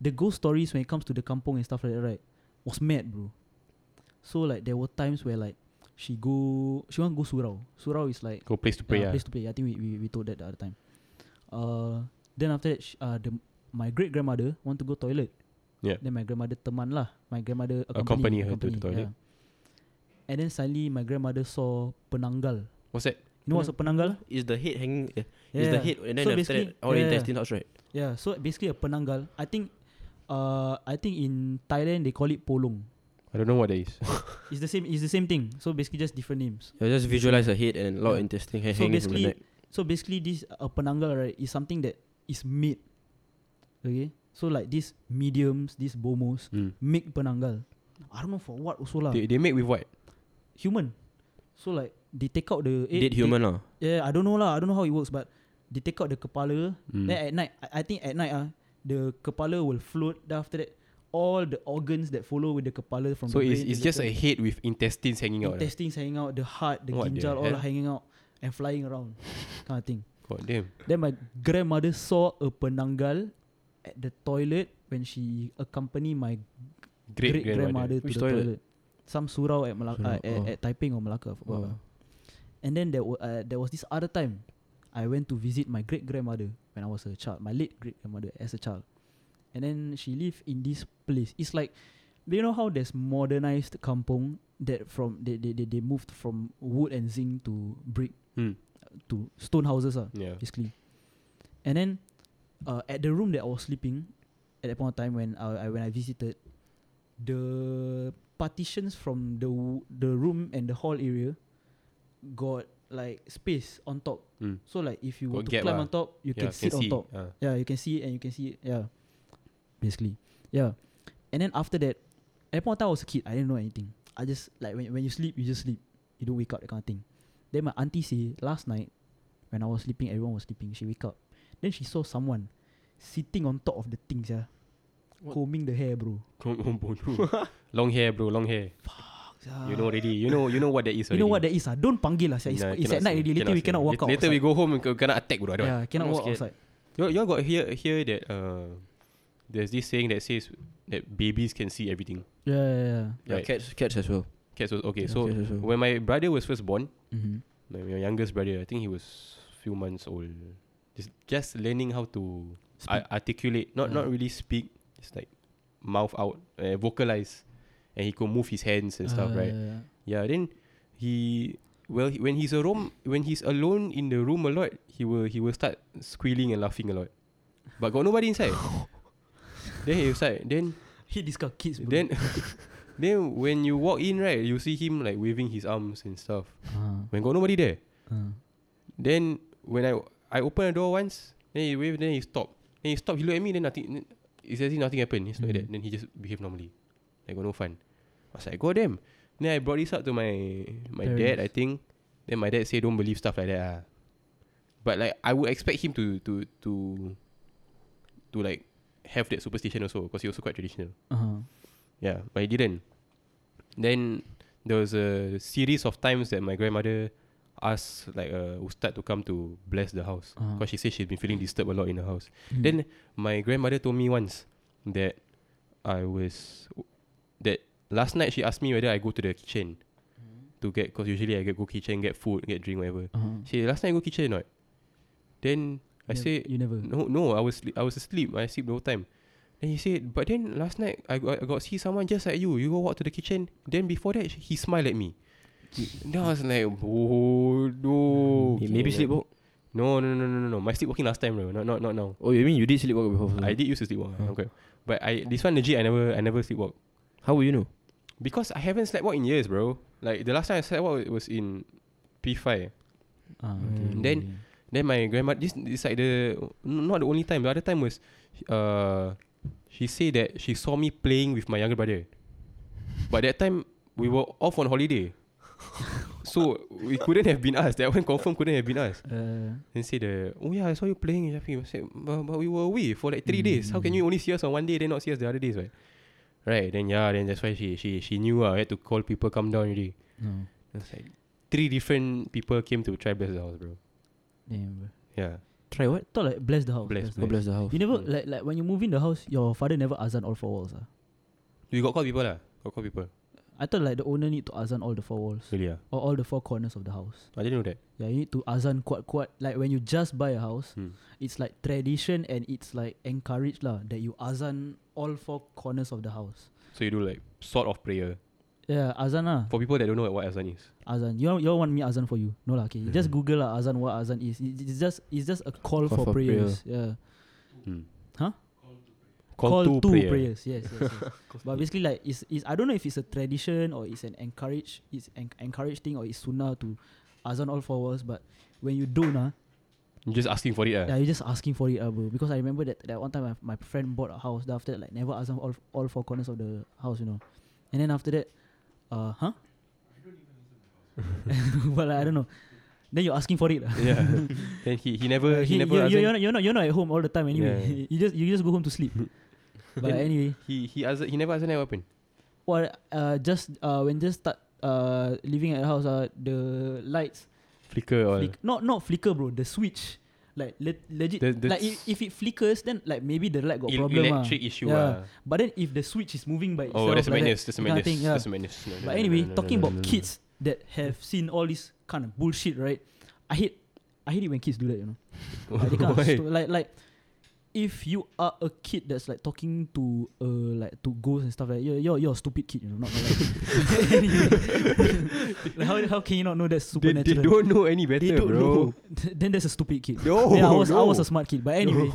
[SPEAKER 3] the ghost stories when it comes to the kampong and stuff like that, right? Was mad, bro. So like there were times where like she go she want go surau. Surau is like
[SPEAKER 2] Go place to pray.
[SPEAKER 3] yeah,
[SPEAKER 2] ah.
[SPEAKER 3] place to play. I think we, we, we told that the other time. Uh, then after that, sh- uh, the my great grandmother want to go toilet.
[SPEAKER 2] Yeah.
[SPEAKER 3] Then my grandmother teman lah. My grandmother
[SPEAKER 2] Accompany
[SPEAKER 3] accompany,
[SPEAKER 2] her to the toilet.
[SPEAKER 3] yeah. And then suddenly my grandmother saw penanggal.
[SPEAKER 2] What's that?
[SPEAKER 3] You know what's a penanggal?
[SPEAKER 4] Is the head hanging? Yeah. Is the head and then
[SPEAKER 3] So
[SPEAKER 4] after that
[SPEAKER 3] basically-
[SPEAKER 4] all
[SPEAKER 3] yeah,
[SPEAKER 4] the
[SPEAKER 3] yeah.
[SPEAKER 4] intestines out, right?
[SPEAKER 3] Yeah, so basically a penanggal. I think, uh, I think in Thailand they call it polong.
[SPEAKER 2] I don't know what that is.
[SPEAKER 3] It's the same. It's the same thing. So basically just different names.
[SPEAKER 4] Yeah, just visualize the head and a lot of
[SPEAKER 3] Yeah.
[SPEAKER 4] intestine ha-
[SPEAKER 3] So
[SPEAKER 4] hanging from the
[SPEAKER 3] basically-
[SPEAKER 4] neck.
[SPEAKER 3] So basically, this a penanggal right is something that is made. Okay, so like these mediums, these bomos
[SPEAKER 2] Mm.
[SPEAKER 3] make penanggal. I don't know for what also lah.
[SPEAKER 2] They, they make with what?
[SPEAKER 3] human. So like they take out the eh,
[SPEAKER 4] Dead
[SPEAKER 3] they-
[SPEAKER 4] human lah.
[SPEAKER 3] yeah, I don't know lah. I don't know how it works, but they take out the kepala.
[SPEAKER 2] Mm.
[SPEAKER 3] Then at night, I, I think at night ah, the kepala will float. Then after that, all the organs that follow with the kepala from
[SPEAKER 2] So
[SPEAKER 3] the
[SPEAKER 2] it's,
[SPEAKER 3] brain
[SPEAKER 2] it's
[SPEAKER 3] to the
[SPEAKER 2] just a
[SPEAKER 3] pen-
[SPEAKER 2] head with intestines hanging out. ah.
[SPEAKER 3] intestines hanging out, the heart, the
[SPEAKER 2] What the
[SPEAKER 3] ginjal, all
[SPEAKER 2] hell?
[SPEAKER 3] hanging out and flying around, kind of thing.
[SPEAKER 2] God damn.
[SPEAKER 3] Then my grandmother saw a penanggal at the toilet when she accompanied my
[SPEAKER 2] Great, grandmother.
[SPEAKER 3] grandmother to
[SPEAKER 4] Which
[SPEAKER 3] the
[SPEAKER 4] toilet?
[SPEAKER 3] toilet. Some surau at Melaka,
[SPEAKER 4] Surau,
[SPEAKER 3] uh, at,
[SPEAKER 4] oh.
[SPEAKER 3] at Taiping or Melaka. I forgot
[SPEAKER 4] Oh.
[SPEAKER 3] lah. And then there, wa- uh, there was this other time I went to visit my great grandmother when I was a child, my late great grandmother as a child. And then she lived in this place. It's like, do you know how there's modernized kampong that from they, they, they, they moved from wood and zinc to brick
[SPEAKER 2] Mm.
[SPEAKER 3] to stone houses ah
[SPEAKER 2] Yeah.
[SPEAKER 3] basically. And then uh, at the room that I was sleeping at that point of time when I, I when I visited, the partitions from the w- the room and the hall area got like space on top.
[SPEAKER 2] Mm.
[SPEAKER 3] So like if you
[SPEAKER 2] Got
[SPEAKER 3] want to
[SPEAKER 2] gap
[SPEAKER 3] climb
[SPEAKER 2] ah.
[SPEAKER 3] on top, you
[SPEAKER 2] yeah,
[SPEAKER 3] can sit on
[SPEAKER 2] see.
[SPEAKER 3] top.
[SPEAKER 2] Ah,
[SPEAKER 3] Yeah, you can see it and you can see it. Yeah, basically. Yeah, and then after that, at that point of time I was a kid. I didn't know anything. I just like when when you sleep, you just sleep. You don't wake up that kind of thing. Then my auntie say last night when I was sleeping, everyone was sleeping. She wake up, then she saw someone sitting on top of the things. Yeah,
[SPEAKER 4] What?
[SPEAKER 3] combing the hair, bro.
[SPEAKER 2] Kong- oh, bodoh. long hair, bro. Long hair. You know already. You know. You know what that is.
[SPEAKER 3] You know what
[SPEAKER 2] already.
[SPEAKER 3] that is? Ah, don't panggil us. It's,
[SPEAKER 2] Nah,
[SPEAKER 3] it's at
[SPEAKER 2] cannot
[SPEAKER 3] night
[SPEAKER 2] say,
[SPEAKER 3] already. Later we
[SPEAKER 2] say.
[SPEAKER 3] cannot walk
[SPEAKER 2] Later-
[SPEAKER 3] out.
[SPEAKER 2] Later we
[SPEAKER 3] outside.
[SPEAKER 2] go home and kena attack, bro. I don't want.
[SPEAKER 3] Yeah, cannot
[SPEAKER 4] I'm
[SPEAKER 3] walk
[SPEAKER 4] scared.
[SPEAKER 3] outside.
[SPEAKER 2] You you all got hear hear that uh, there's this saying that says that babies can see everything.
[SPEAKER 3] Yeah, yeah, yeah.
[SPEAKER 4] Yeah,
[SPEAKER 2] Right.
[SPEAKER 4] cats, cats as well.
[SPEAKER 2] Cats was okay.
[SPEAKER 3] Yeah,
[SPEAKER 2] so
[SPEAKER 4] cats as well.
[SPEAKER 2] when my brother was first born,
[SPEAKER 3] Mm-hmm.
[SPEAKER 2] my, my youngest brother, I think he was few months old, just just learning how to ar- articulate, not
[SPEAKER 3] Yeah.
[SPEAKER 2] not really speak, just like mouth out, uh, vocalize, and he could move his hands and
[SPEAKER 3] Uh, Ah,
[SPEAKER 2] stuff, right? Yeah. Then he well he, when he's a room when he's alone in the room a lot, he will he will start squealing and laughing a lot, but got nobody inside. then he was like then
[SPEAKER 3] Hit this guy, kids. Bro.
[SPEAKER 2] then then when you walk in right, you see him like waving his arms and stuff.
[SPEAKER 3] Ah,
[SPEAKER 2] When got nobody there.
[SPEAKER 3] ah.
[SPEAKER 2] Then when I I open the door once, then he wave, then he stop. Then he stop, he look at me, then nothing then it's as if nothing happened. He's like
[SPEAKER 3] Mhm.
[SPEAKER 2] that. Then he just behave normally. Like got no fun. I was like, God damn. Then I brought this up to my my dad,
[SPEAKER 3] Parents.
[SPEAKER 2] I think. Then my dad say don't believe stuff like that. Ah. But like I would expect him to to to to like have that superstition also, because he also quite traditional.
[SPEAKER 3] Uh-huh.
[SPEAKER 2] Yeah, but he didn't. Then there was a series of times that my grandmother asked like uh, ustad to come to bless the house
[SPEAKER 3] Uh-huh.
[SPEAKER 2] because she said she's been feeling disturbed a lot in the house.
[SPEAKER 3] Mm.
[SPEAKER 2] Then my grandmother told me once that I was that last night she asked me whether I go to the kitchen to get because usually I get go kitchen get food get drink whatever.
[SPEAKER 3] Uh-huh.
[SPEAKER 2] She said, last night I go kitchen or not. Then I
[SPEAKER 3] Nev-
[SPEAKER 2] say
[SPEAKER 3] you never.
[SPEAKER 2] no, no, I was sle- I was asleep. I sleep the whole time. Then he said, but then last night I got, I got see someone just like you. You go walk to the kitchen. Then before that, he smiled at me. then I was like, bodoh.
[SPEAKER 4] Mm, He maybe sleepwalk.
[SPEAKER 2] No, no, no, no, no, no. My sleepwalking last time, bro. Not, not, not now.
[SPEAKER 4] Oh, you mean you did sleepwalk before? also?
[SPEAKER 2] I did used to sleepwalk.
[SPEAKER 4] Oh.
[SPEAKER 2] Okay, but I this one legit. I never, I never sleepwalk
[SPEAKER 4] How will you know?
[SPEAKER 2] because I haven't sleepwalk in years, bro. Like the last time I sleepwalk was in P five.
[SPEAKER 3] Ah,
[SPEAKER 4] Hmm.
[SPEAKER 3] okay,
[SPEAKER 2] Mm. Then-
[SPEAKER 3] okay.
[SPEAKER 2] Then my grandmother this is like the n- not the only time. The other time was uh she said that she saw me playing with my younger brother. But that time we were off on holiday. so we couldn't have been us. That one confirm couldn't have been us.
[SPEAKER 3] Uh,
[SPEAKER 2] Then say the oh yeah, I saw you playing Shafi. I said, but, but we were away for like three days. How can
[SPEAKER 3] Mm.
[SPEAKER 2] you only see us on one day then not see us the other days, right? Right, then yeah, then that's why she she she knew uh, I had to call people come down already.
[SPEAKER 3] no.
[SPEAKER 2] It's like three different people came to try bless the house, bro.
[SPEAKER 3] Damn. bro.
[SPEAKER 2] Yeah.
[SPEAKER 4] Try what?
[SPEAKER 3] Thought like bless the house.
[SPEAKER 2] Bless,
[SPEAKER 3] bless the
[SPEAKER 4] God
[SPEAKER 2] bless.
[SPEAKER 4] bless the house.
[SPEAKER 3] house. You never
[SPEAKER 2] Mm.
[SPEAKER 3] like like when you move in the house, your father never azan all four walls. Ah.
[SPEAKER 2] You got call people lah. Got call people.
[SPEAKER 3] I thought like the owner need to azan all the four walls
[SPEAKER 2] Really ah?
[SPEAKER 3] or all the four corners of the house.
[SPEAKER 2] I didn't know that.
[SPEAKER 3] Yeah, you need to azan quite quite like when you just buy a house,
[SPEAKER 2] Hmm.
[SPEAKER 3] it's like tradition and it's like encouraged lah that you azan all four corners of the house.
[SPEAKER 2] So you do like sort of prayer
[SPEAKER 3] Yeah, azan lah.
[SPEAKER 2] for people that don't know what azan is.
[SPEAKER 3] Azan. You all, you all want me azan for you? No lah. Okay, you just
[SPEAKER 2] Mm.
[SPEAKER 3] Google lah azan what azan is. It- It's just it's just a call,
[SPEAKER 4] Call
[SPEAKER 3] for,
[SPEAKER 4] for prayer.
[SPEAKER 3] prayers. Yeah.
[SPEAKER 2] Hmm.
[SPEAKER 3] Huh?
[SPEAKER 2] Call, to,
[SPEAKER 3] two
[SPEAKER 2] prayer.
[SPEAKER 3] prayers. Yes, yes, yes. but basically, like, it's, it's I don't know if it's a tradition or it's an encourage, it's en- encourage thing or it's sunnah to azan all four walls. But when you do nah,
[SPEAKER 2] You just asking for it ah.
[SPEAKER 3] yeah, you're just asking for it, ah, bro. Because I remember that that one time my, my friend bought a house. Then after that, like, never azan all all four corners of the house, you know. And then after that, uh, huh? but like, I don't know. Then you're asking for it. ah.
[SPEAKER 2] Yeah. then he he never he,
[SPEAKER 3] Uh, He-
[SPEAKER 2] never
[SPEAKER 3] you're,
[SPEAKER 2] azan.
[SPEAKER 3] you're, you're, not, you're not you're not at home all the time anyway.
[SPEAKER 2] Yeah.
[SPEAKER 3] you just you just go home to sleep. but
[SPEAKER 2] Then-
[SPEAKER 3] anyway,
[SPEAKER 2] He he azan, he never azan at weapon.
[SPEAKER 3] Well, uh, just uh, when just start uh, living at the house, uh, the lights
[SPEAKER 2] Flicker or
[SPEAKER 3] flick- not not flicker, bro. The switch, like le- legit,
[SPEAKER 2] The- the
[SPEAKER 3] like if, if it flickers, then like maybe the light got
[SPEAKER 2] il-
[SPEAKER 3] problem. ah.
[SPEAKER 2] electric issue ah.
[SPEAKER 3] Yeah. But then if the switch is moving by itself,
[SPEAKER 2] Oh, that's a
[SPEAKER 3] like
[SPEAKER 2] madness.
[SPEAKER 3] that,
[SPEAKER 2] That's a
[SPEAKER 3] that kind
[SPEAKER 2] madness.
[SPEAKER 3] of thing, yeah.
[SPEAKER 2] That's a madness. No, no,
[SPEAKER 3] But
[SPEAKER 2] no,
[SPEAKER 3] anyway,
[SPEAKER 2] no, no, no,
[SPEAKER 3] talking
[SPEAKER 2] no,
[SPEAKER 3] about
[SPEAKER 2] no, no.
[SPEAKER 3] kids that have seen all this kind of bullshit, right? I hate, I hate it when kids do that. You know, like, they kind of
[SPEAKER 2] Why?
[SPEAKER 3] sto- like like if you are a kid that's like talking to uh like to ghosts and stuff like you're you're, you're a stupid kid, you know, not gonna lie. Anyway. like how, how can you not know that's
[SPEAKER 2] they, they
[SPEAKER 3] supernatural?
[SPEAKER 2] don't know any better,
[SPEAKER 3] They don't
[SPEAKER 2] bro.
[SPEAKER 3] know. then that's a stupid kid.
[SPEAKER 2] No,
[SPEAKER 3] yeah, I was I
[SPEAKER 2] no.
[SPEAKER 3] was a smart kid, but anyway,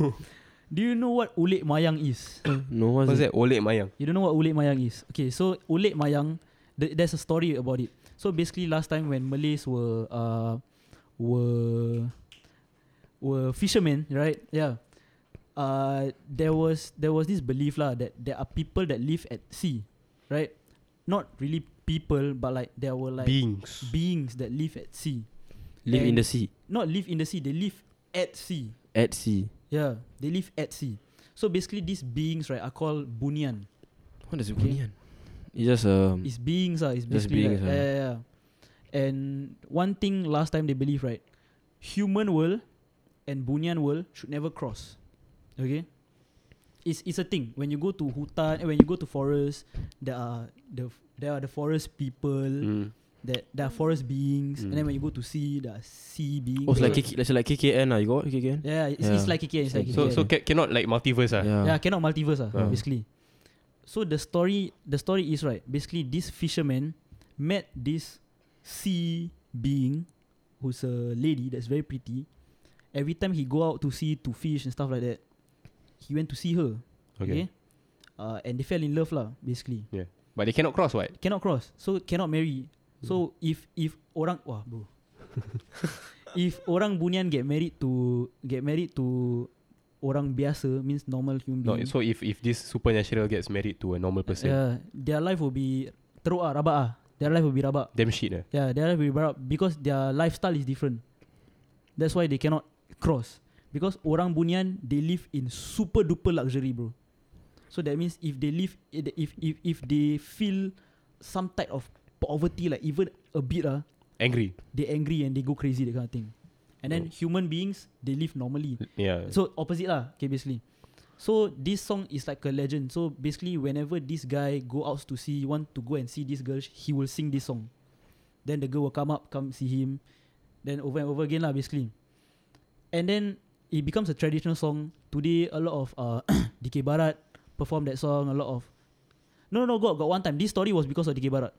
[SPEAKER 3] Do you know what ulit mayang is?
[SPEAKER 4] No, what's,
[SPEAKER 2] What's
[SPEAKER 4] that?
[SPEAKER 2] that? Oleg Mayang.
[SPEAKER 3] You don't know what ulit mayang is. Okay, so ulit mayang, th- there's a story about it. So basically, last time when Malays were uh, were were fishermen, right? Yeah. Uh, there was there was this belief lah that there are people that live at sea, right? Not really people, but like there were like
[SPEAKER 2] Beings.
[SPEAKER 3] beings that live at sea.
[SPEAKER 4] Live in
[SPEAKER 3] And-
[SPEAKER 4] the sea.
[SPEAKER 3] Not live in the sea. They live at sea.
[SPEAKER 4] At sea.
[SPEAKER 3] Yeah, they live at sea. So basically, these beings right are called bunyan.
[SPEAKER 4] What is it?
[SPEAKER 3] Okay.
[SPEAKER 4] Bunyan? It's just um.
[SPEAKER 3] It's beings ah, it's
[SPEAKER 4] Just
[SPEAKER 3] basically
[SPEAKER 4] beings,
[SPEAKER 3] like,
[SPEAKER 4] ah.
[SPEAKER 3] yeah, yeah, yeah. And one thing last time they believe right, human world and bunyan world should never cross. Okay, it's it's a thing when you go to hutan, eh, when you go to forest, there are the there are the forest people,
[SPEAKER 2] Mm.
[SPEAKER 3] that there are forest beings, and then
[SPEAKER 2] Mm.
[SPEAKER 3] when you go to sea, there are sea beings.
[SPEAKER 4] oh, it's like KK, it's like KKN lah. ah. You got what, KKN?
[SPEAKER 3] yeah, it's, it's
[SPEAKER 4] Yeah.
[SPEAKER 3] like KK, it's like
[SPEAKER 2] So
[SPEAKER 3] KKN.
[SPEAKER 2] so ca- cannot like multiverse ah.
[SPEAKER 3] Yeah, cannot multiverse ah,
[SPEAKER 2] Ah.
[SPEAKER 3] basically. So the story the story is right. Basically this fisherman met this sea being who's a lady that's very pretty. Every time he go out to sea to fish and stuff like that, he went to see her. Okay.
[SPEAKER 2] Okay.
[SPEAKER 3] Uh, and they fell in love lah, basically.
[SPEAKER 2] But they cannot cross what?
[SPEAKER 3] Cannot cross. So cannot marry. So
[SPEAKER 2] Hmm.
[SPEAKER 3] if if orang wah bro. if orang bunian get married to get married to orang biasa means normal human
[SPEAKER 2] No,
[SPEAKER 3] being.
[SPEAKER 2] so if if this supernatural gets married to a normal person,
[SPEAKER 3] Mm-hmm. Yeah, their life will be teruk ah, rabak ah. Their life will be rabak.
[SPEAKER 2] damn shit lah.
[SPEAKER 3] Yeah, their life will be rabak because their lifestyle is different. That's why they cannot cross. Because orang bunian they live in super duper luxury, bro. So that means if they live if if if they feel some type of poverty like even a bit ah,
[SPEAKER 2] Angry.
[SPEAKER 3] they angry and they go crazy that kind of thing. And then
[SPEAKER 2] Oh.
[SPEAKER 3] human beings they live normally.
[SPEAKER 2] Yeah.
[SPEAKER 3] So opposite lah Okay basically So this song is like a legend So basically whenever this guy go out to see Want to go and see this girl He will sing this song Then the girl will come up Come see him Then over and over again lah basically And then It becomes a traditional song Today a lot of uh, DK Barat Perform that song A lot of No no no got, got one time This story was because of DK Barat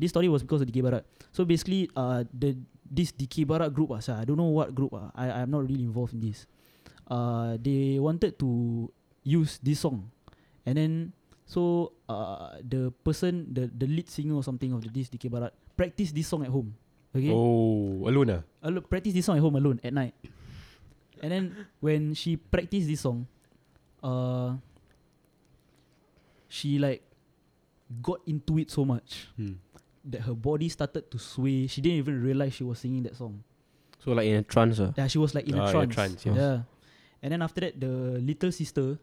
[SPEAKER 3] This story was because of DK Barat So basically uh, the This DK Barat group ah, sia, I don't know what group ah. I, I'm not really involved in this uh, they wanted to use this song, and then so uh, the person, the the lead singer or something of the this DK Barat practice this song at home. Okay,
[SPEAKER 2] Oh, alone ah.
[SPEAKER 3] Alo- practice this song at home alone at night, and then when she practiced this song, uh, she like got into it so much
[SPEAKER 2] Hmm.
[SPEAKER 3] that her body started to sway. She didn't even realize she was singing that song.
[SPEAKER 4] So like in a trance ah.
[SPEAKER 3] Yeah, she was like in
[SPEAKER 2] Ah, in
[SPEAKER 3] a
[SPEAKER 2] a
[SPEAKER 3] trance.
[SPEAKER 2] trance, yes.
[SPEAKER 3] Yeah. And then after that, the little sister,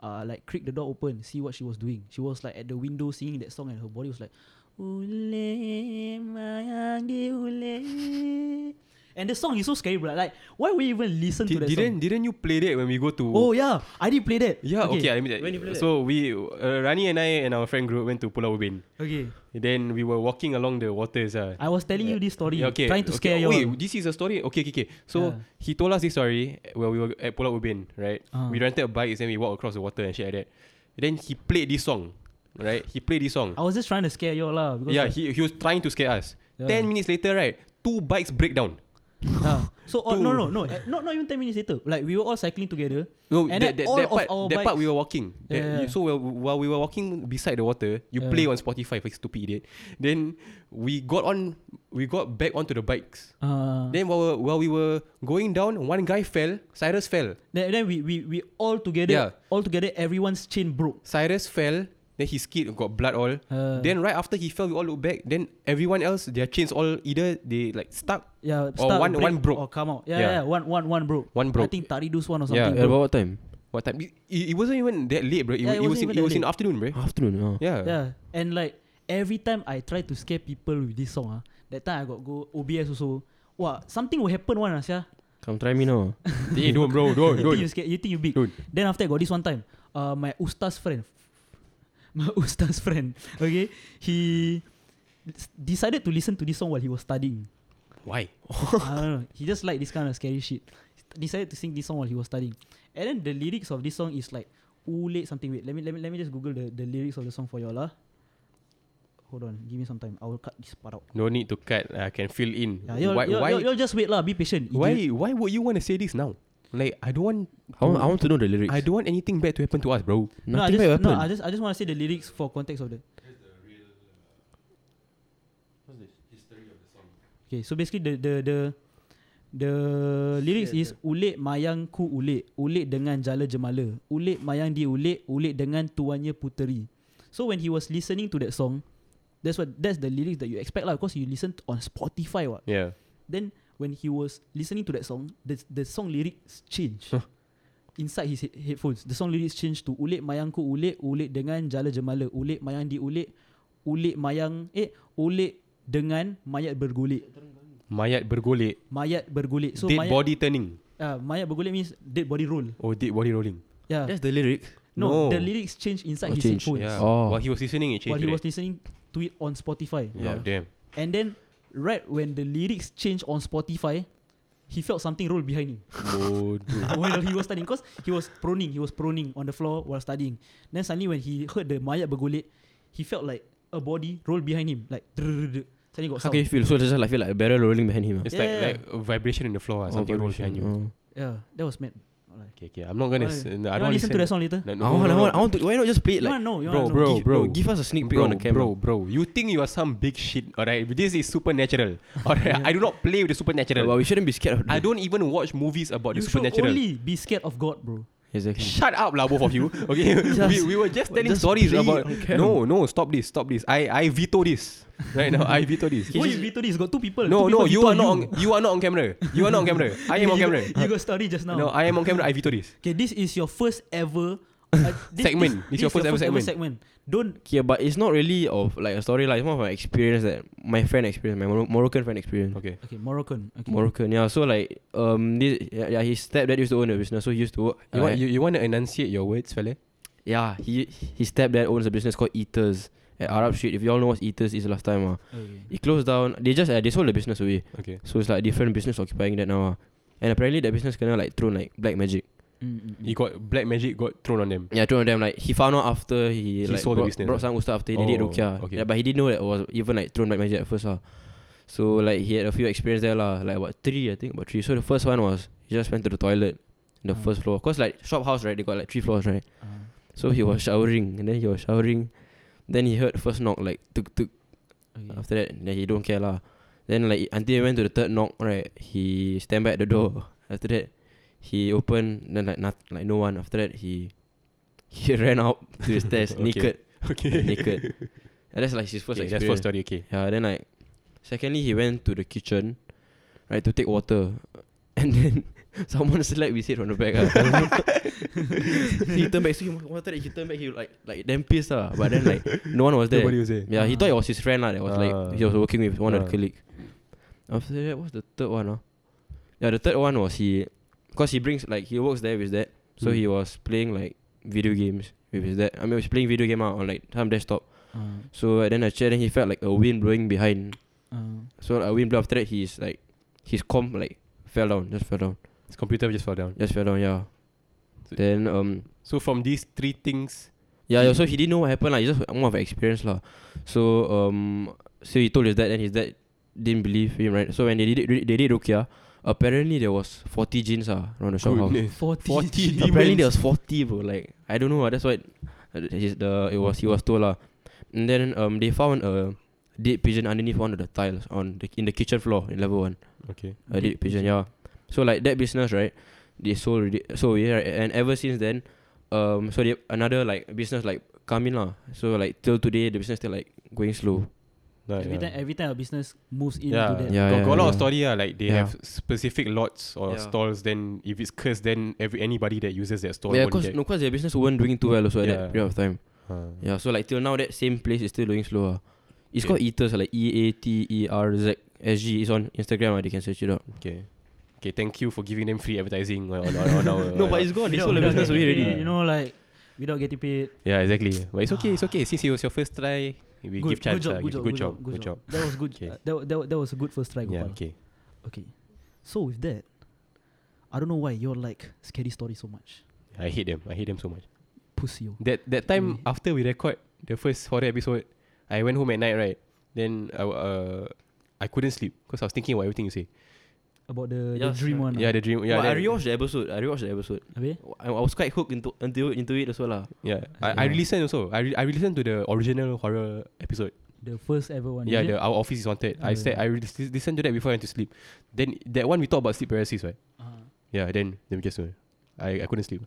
[SPEAKER 3] uh, like creak the door open, see what she was doing. She was like at the window singing that song, and her body was like, Ule mayang di ule. And the song is so scary, bro. Like, why we even listen to
[SPEAKER 2] Di-
[SPEAKER 3] that
[SPEAKER 2] didn't
[SPEAKER 3] song?
[SPEAKER 2] didn't you play that when we go to
[SPEAKER 3] Oh yeah, I did play that.
[SPEAKER 2] Yeah, okay, I mean that.
[SPEAKER 4] When you play that?
[SPEAKER 2] so we uh, Rani and I and our friend group went to Pulau Ubin.
[SPEAKER 3] Okay.
[SPEAKER 2] Then we were walking along the waters ah.
[SPEAKER 3] I was telling you this story,
[SPEAKER 2] Yeah, okay.
[SPEAKER 3] trying to
[SPEAKER 2] okay.
[SPEAKER 3] scare
[SPEAKER 2] oh,
[SPEAKER 3] you.
[SPEAKER 2] Wait, this is a story. Okay, okay, okay. So
[SPEAKER 3] Yeah.
[SPEAKER 2] he told us this story when we were at Pulau Ubin, right?
[SPEAKER 3] Ah.
[SPEAKER 2] We rented a bike and we walked across the water and shit like that. Then he played this song, right? He played this song.
[SPEAKER 3] I was just trying to scare you lah. because
[SPEAKER 2] Yeah,
[SPEAKER 3] like-
[SPEAKER 2] he, he was trying to scare us.
[SPEAKER 3] Yeah.
[SPEAKER 2] Ten minutes later, right? Two bikes break down.
[SPEAKER 3] Ah, so
[SPEAKER 2] Ha.
[SPEAKER 3] all,
[SPEAKER 2] Two.
[SPEAKER 3] no no no, eh, not not even ten minutes later. Like we were all cycling together.
[SPEAKER 2] No,
[SPEAKER 3] And
[SPEAKER 2] that, that,
[SPEAKER 3] then all
[SPEAKER 2] that,
[SPEAKER 3] of
[SPEAKER 2] part,
[SPEAKER 3] our
[SPEAKER 2] that part
[SPEAKER 3] bikes-
[SPEAKER 2] we were walking. That,
[SPEAKER 3] Yeah, yeah.
[SPEAKER 2] You, so while, while we were walking beside the water, you
[SPEAKER 3] Yeah.
[SPEAKER 2] play on Spotify, for stupid idiot. Then we got on, we got back onto the bikes.
[SPEAKER 3] Uh,
[SPEAKER 2] Then while, we- while we were going down, one guy fell. Cyrus fell.
[SPEAKER 3] Then, then we, we we all together
[SPEAKER 2] Yeah.
[SPEAKER 3] all together everyone's chain broke.
[SPEAKER 2] Cyrus fell. Then his kid got blood all.
[SPEAKER 3] Uh,
[SPEAKER 2] then right after he fell, we all look back. Then everyone else, their chains all either they like stuck.
[SPEAKER 3] yeah,
[SPEAKER 2] or
[SPEAKER 3] start
[SPEAKER 2] one-
[SPEAKER 3] break
[SPEAKER 2] one broke.
[SPEAKER 3] or come out. Yeah, yeah,
[SPEAKER 2] Yeah.
[SPEAKER 3] yeah, one one one broke.
[SPEAKER 2] One broke.
[SPEAKER 3] I think Taridu's one or
[SPEAKER 2] Yeah.
[SPEAKER 3] something. broke.
[SPEAKER 4] At about what time?
[SPEAKER 2] What time? It, it, it wasn't even that late, bro. It,
[SPEAKER 3] Yeah,
[SPEAKER 2] wa- it
[SPEAKER 3] it
[SPEAKER 2] was in,
[SPEAKER 3] wasn't even
[SPEAKER 2] it
[SPEAKER 3] that
[SPEAKER 2] was in
[SPEAKER 3] late. Uh.
[SPEAKER 2] the afternoon, bro.
[SPEAKER 4] Afternoon. ah.
[SPEAKER 2] Yeah.
[SPEAKER 3] Yeah, and like every time I try to scare people with this song, ah, that time I got go OBS also. Wow, something will happen one, ah, sia.
[SPEAKER 4] Come try me now. ah.
[SPEAKER 2] Hey, don't, Eh, bro. Don't,
[SPEAKER 3] You think you
[SPEAKER 2] don't.
[SPEAKER 3] scared? You think you big?
[SPEAKER 2] Don't.
[SPEAKER 3] Then after I got this one time, uh, my ustaz friend, my ustaz friend, okay, he s- decided to listen to this song while he was studying.
[SPEAKER 2] Why?
[SPEAKER 3] I don't know. He just like this kind of scary shit. Decided to sing this song while he was studying. And then the lyrics of this song is like Ule something. Wait, let me let me let me just Google the, the lyrics of the song for y'all lah. Hold on, give me some time. I will cut this part out.
[SPEAKER 2] No need to cut. I can fill in.
[SPEAKER 3] Yeah, you
[SPEAKER 2] why?
[SPEAKER 3] you
[SPEAKER 2] why?
[SPEAKER 3] you just wait lah. Be patient.
[SPEAKER 2] why?
[SPEAKER 3] idiot.
[SPEAKER 2] Why would you want to say this now? Like I don't want
[SPEAKER 4] I want, I want to know the lyrics.
[SPEAKER 2] I don't want anything bad to happen to us, bro.
[SPEAKER 4] Nothing
[SPEAKER 3] no, I
[SPEAKER 4] bad
[SPEAKER 3] just,
[SPEAKER 4] happened.
[SPEAKER 3] no, I just I just want to say the lyrics for context of the. Okay, so basically the the the the lyrics is ulik mayang ku ulik, ulik dengan jala jemala, ulik mayang di ulik, ulik dengan tuannya puteri. So when he was listening to that song, that's what that's the lyrics that you expect lah. Of course, you listen on Spotify, what?
[SPEAKER 2] Yeah.
[SPEAKER 3] Then when he was listening to that song, the the song lyrics change.
[SPEAKER 2] Huh.
[SPEAKER 3] Inside his he- headphones, the song lyrics change to ulit mayangku ulit ulit dengan jala jemala ulit mayang di ulit ulit mayang eh ulit dengan mayat bergulik
[SPEAKER 2] Mayat bergolek.
[SPEAKER 3] mayat bergulik so
[SPEAKER 2] dead
[SPEAKER 3] mayat
[SPEAKER 2] body turning.
[SPEAKER 3] uh, mayat bergulik means dead body roll
[SPEAKER 2] Or dead body rolling.
[SPEAKER 3] yeah
[SPEAKER 4] That's the lyric.
[SPEAKER 3] no,
[SPEAKER 2] no.
[SPEAKER 3] the lyrics change inside
[SPEAKER 4] Oh,
[SPEAKER 3] his
[SPEAKER 4] change,
[SPEAKER 3] headphones
[SPEAKER 2] Yeah.
[SPEAKER 4] Oh.
[SPEAKER 2] While he was listening, it changed.
[SPEAKER 3] while
[SPEAKER 2] to
[SPEAKER 3] he was
[SPEAKER 2] that.
[SPEAKER 3] listening to it on Spotify
[SPEAKER 2] yeah.
[SPEAKER 4] Yeah.
[SPEAKER 2] damn.
[SPEAKER 3] and then right when the lyrics change on Spotify he felt something roll behind him
[SPEAKER 2] Bodoh.
[SPEAKER 3] while he was studying because he was proning, he was proning on the floor while studying. Then suddenly when he heard the mayat bergulit, he felt like a body roll behind him, like drrrr. suddenly got
[SPEAKER 4] How
[SPEAKER 3] sound.
[SPEAKER 4] can you feel? So it's just like feel like a barrel rolling behind him. ah.
[SPEAKER 2] It's
[SPEAKER 3] Yeah,
[SPEAKER 2] like
[SPEAKER 3] yeah,
[SPEAKER 2] like a vibration in the floor.
[SPEAKER 4] Oh,
[SPEAKER 2] or something rolls behind
[SPEAKER 4] vibration. Mm.
[SPEAKER 2] you.
[SPEAKER 3] Yeah, that was mad. Alright.
[SPEAKER 2] Okay, okay. I'm not gonna.
[SPEAKER 3] Why?
[SPEAKER 2] s-
[SPEAKER 3] You
[SPEAKER 2] no, I
[SPEAKER 3] wanna
[SPEAKER 2] don't
[SPEAKER 3] listen to that song later?
[SPEAKER 2] No,
[SPEAKER 4] Oh.
[SPEAKER 2] no,
[SPEAKER 4] I want,
[SPEAKER 2] no,
[SPEAKER 4] I
[SPEAKER 2] no,
[SPEAKER 4] want, I want to. Why not just play it
[SPEAKER 3] you
[SPEAKER 4] like?
[SPEAKER 3] wanna know? You
[SPEAKER 2] bro,
[SPEAKER 3] wanna know.
[SPEAKER 2] bro,
[SPEAKER 4] Give-
[SPEAKER 2] bro,
[SPEAKER 4] give us a sneak peek
[SPEAKER 2] bro,
[SPEAKER 4] on the camera.
[SPEAKER 2] Bro, bro, you think you are some big shit, alright? This is supernatural. Alright, I do not play with the supernatural.
[SPEAKER 4] But we shouldn't be scared of.
[SPEAKER 2] I
[SPEAKER 4] the-
[SPEAKER 2] don't even watch movies about
[SPEAKER 3] You
[SPEAKER 2] the
[SPEAKER 3] should
[SPEAKER 2] supernatural.
[SPEAKER 3] only be scared of God, bro.
[SPEAKER 4] Exactly.
[SPEAKER 2] Shut up, lah, both of you. Okay, we,
[SPEAKER 4] Just-
[SPEAKER 2] we were just telling
[SPEAKER 4] just
[SPEAKER 2] stories
[SPEAKER 4] play
[SPEAKER 2] about.
[SPEAKER 4] on camera.
[SPEAKER 2] No, no, stop this, stop this. I, I veto this right now. I veto this.
[SPEAKER 3] Why you veto this? Got two people.
[SPEAKER 2] No,
[SPEAKER 3] two
[SPEAKER 2] no,
[SPEAKER 3] people
[SPEAKER 2] you
[SPEAKER 3] veto
[SPEAKER 2] are not. On, you are not on camera. You are not on camera. I am on
[SPEAKER 3] You-
[SPEAKER 2] camera.
[SPEAKER 3] You got story just now.
[SPEAKER 2] No, I am on camera. I veto this.
[SPEAKER 3] Okay, this is your first ever. uh, this-
[SPEAKER 2] Segment.
[SPEAKER 3] This,
[SPEAKER 2] This your
[SPEAKER 3] is
[SPEAKER 2] first ever segment.
[SPEAKER 3] segment. Don't.
[SPEAKER 4] Okay, but it's not really of like a story. Like it's more of an experience that my friend experienced, my Mor- Moroccan friend experienced.
[SPEAKER 2] Okay.
[SPEAKER 3] Okay, Moroccan. Okay.
[SPEAKER 4] Moroccan, yeah. So like, um, this, yeah, yeah, his stepdad used to own a business. So he used to work.
[SPEAKER 2] You
[SPEAKER 4] uh,
[SPEAKER 2] want you, you want to enunciate your words, fella?
[SPEAKER 4] yeah, he his stepdad owns a business called Eaters at Arab Street. If you all know what Eaters is last time, ah,
[SPEAKER 3] Okay.
[SPEAKER 4] it closed down. They just uh, they sold the business away.
[SPEAKER 2] Okay.
[SPEAKER 4] So it's like different business occupying that now. ah. And apparently that business kind of like thrown like black magic.
[SPEAKER 3] Mm, mm, mm.
[SPEAKER 2] He got black magic got thrown on them.
[SPEAKER 4] Yeah, thrown on them like he found out after he,
[SPEAKER 2] He
[SPEAKER 4] like
[SPEAKER 2] sold the
[SPEAKER 4] brought,
[SPEAKER 2] business,
[SPEAKER 4] brought
[SPEAKER 2] ah.
[SPEAKER 4] some good stuff after he did
[SPEAKER 2] Oh,
[SPEAKER 4] Rukia.
[SPEAKER 2] okay.
[SPEAKER 4] Yeah, but he didn't know that it was even like thrown black magic at first. ah. So like he had a few experience there lah, like what three I think, about three. So the first one was he just went to the toilet, the
[SPEAKER 3] Ah.
[SPEAKER 2] Mm.
[SPEAKER 4] first floor. Cause like shop house right, they got like three floors right.
[SPEAKER 3] Uh,
[SPEAKER 4] So he was showering and then he was showering. Then he heard first knock like tuk tuk.
[SPEAKER 3] okay.
[SPEAKER 4] After that, then he don't care lah. Then like until he went to the third knock, right? He stand back at the door. After that, he open then like not like no one. After that, he he ran out to the stairs
[SPEAKER 2] Okay.
[SPEAKER 4] naked,
[SPEAKER 2] Okay.
[SPEAKER 4] naked. And that's like his first
[SPEAKER 2] Okay, that's
[SPEAKER 4] experience.
[SPEAKER 2] first story. Okay.
[SPEAKER 4] Yeah. Then like, secondly, he went to the kitchen, right, to take water, and then someone slapped his head on the back. ah. he turned back. So he wanted. He turned back. He like like damn pissed ah. But then like no one was there.
[SPEAKER 2] Nobody was there.
[SPEAKER 4] Yeah, he thought it was his friend lah. That was
[SPEAKER 2] Ah.
[SPEAKER 4] like he was working with one of
[SPEAKER 2] Ah.
[SPEAKER 4] the colleague. After that, what's the third one? Ah, yeah, the third one was he, cause he brings like he works there with that, so
[SPEAKER 2] Hmm.
[SPEAKER 4] he was playing like video games with his dad. I mean, he was playing video game out on like some desktop.
[SPEAKER 3] Uh,
[SPEAKER 4] So uh, then a chair, then he felt like a wind blowing behind.
[SPEAKER 3] uh.
[SPEAKER 4] So a wind blow after that, he's like his comp like fell down, just fell down,
[SPEAKER 2] His computer just fell down.
[SPEAKER 4] just fell down. Yeah.
[SPEAKER 2] So-
[SPEAKER 4] Then um
[SPEAKER 2] So from these three things,
[SPEAKER 4] Yeah, yeah, so he didn't know what happened, like it's just more of an experience lah. So um so he told his dad and his dad didn't believe him, right? So when they did they did Rukia, apparently there was forty jinns ah around the shop house.
[SPEAKER 2] goodness. 40
[SPEAKER 3] 40, G.
[SPEAKER 4] Apparently there was forty bro, like I don't know, ah, that's what uh, his the it was he was told lah. And then um they found a dead pigeon underneath one of the tiles on the in the kitchen floor in level one.
[SPEAKER 2] Okay.
[SPEAKER 4] A dead pigeon, yeah. So like that business, right? They sold already- so yeah, right? and ever since then, um, so they another like business like come in lah. So like till today, the business still like going slow.
[SPEAKER 2] Nah,
[SPEAKER 3] Every time, every time a business moves into
[SPEAKER 2] yeah.
[SPEAKER 3] that.
[SPEAKER 4] Yeah,
[SPEAKER 2] got,
[SPEAKER 4] yeah,
[SPEAKER 2] got a lot of
[SPEAKER 4] yeah.
[SPEAKER 2] story ah. Like they
[SPEAKER 4] Yeah.
[SPEAKER 2] have specific lots or
[SPEAKER 4] Yeah.
[SPEAKER 2] stalls. Then if it's cursed, then every anybody that uses that stall.
[SPEAKER 4] yeah,
[SPEAKER 2] won't
[SPEAKER 4] cause
[SPEAKER 2] get-
[SPEAKER 4] no, cause their business weren't doing too well also
[SPEAKER 2] Yeah.
[SPEAKER 4] at that period of time.
[SPEAKER 2] Ah.
[SPEAKER 4] Yeah, so like till now, that same place is still doing slow. ah.
[SPEAKER 2] Okay.
[SPEAKER 4] It's called Eaters, like E A T E R Z S G. It's on Instagram. ah, They can search it out.
[SPEAKER 2] Okay. Okay. Thank you for giving them free advertising on, on, on, on our.
[SPEAKER 4] No, but it's gone. They
[SPEAKER 3] Without-
[SPEAKER 4] sold the
[SPEAKER 3] without
[SPEAKER 4] business away
[SPEAKER 3] getting
[SPEAKER 4] already.
[SPEAKER 3] paid, You know, like without getting paid.
[SPEAKER 2] yeah, exactly. But it's okay. It's okay. Since it was your first try, we
[SPEAKER 3] good,
[SPEAKER 2] give chance.
[SPEAKER 3] good job,
[SPEAKER 2] ah,
[SPEAKER 3] good
[SPEAKER 2] give-
[SPEAKER 3] job,
[SPEAKER 2] good job. Good job.
[SPEAKER 3] That was good.
[SPEAKER 2] Okay.
[SPEAKER 3] uh, that, wa- that, wa- that was a good first try,
[SPEAKER 2] Yeah.
[SPEAKER 3] Gopal. okay.
[SPEAKER 2] Okay.
[SPEAKER 3] So with that, I don't know why you all like scary stories so much.
[SPEAKER 2] I hate them. I hate them so much.
[SPEAKER 3] Pussy. oh. yo.
[SPEAKER 2] That that time
[SPEAKER 3] Okay.
[SPEAKER 2] after we record the first horror episode, I went home at night, right? Then I w- uh I couldn't sleep because I was thinking about everything you say.
[SPEAKER 3] about the,
[SPEAKER 4] Yes,
[SPEAKER 3] the dream
[SPEAKER 4] yeah.
[SPEAKER 3] one. oh.
[SPEAKER 2] Yeah, the dream. Yeah,
[SPEAKER 4] Wah, I
[SPEAKER 2] that-
[SPEAKER 4] rewatched the episode. I rewatched the episode.
[SPEAKER 3] Abi?
[SPEAKER 4] I, I was quite hooked into into into it as well lah.
[SPEAKER 2] Yeah, I, I
[SPEAKER 3] Yeah.
[SPEAKER 2] re-listened also. I re- I re-listened to the original horror episode.
[SPEAKER 3] The first ever one.
[SPEAKER 2] yeah,
[SPEAKER 3] is
[SPEAKER 2] the
[SPEAKER 3] it?
[SPEAKER 2] our office is haunted.
[SPEAKER 3] Oh,
[SPEAKER 2] I said I
[SPEAKER 3] yeah.
[SPEAKER 2] re- listened to that before I went to sleep. Then that one we talked about sleep paralysis, right?
[SPEAKER 3] Uh-huh.
[SPEAKER 2] Yeah. Then then we just uh, I I couldn't sleep.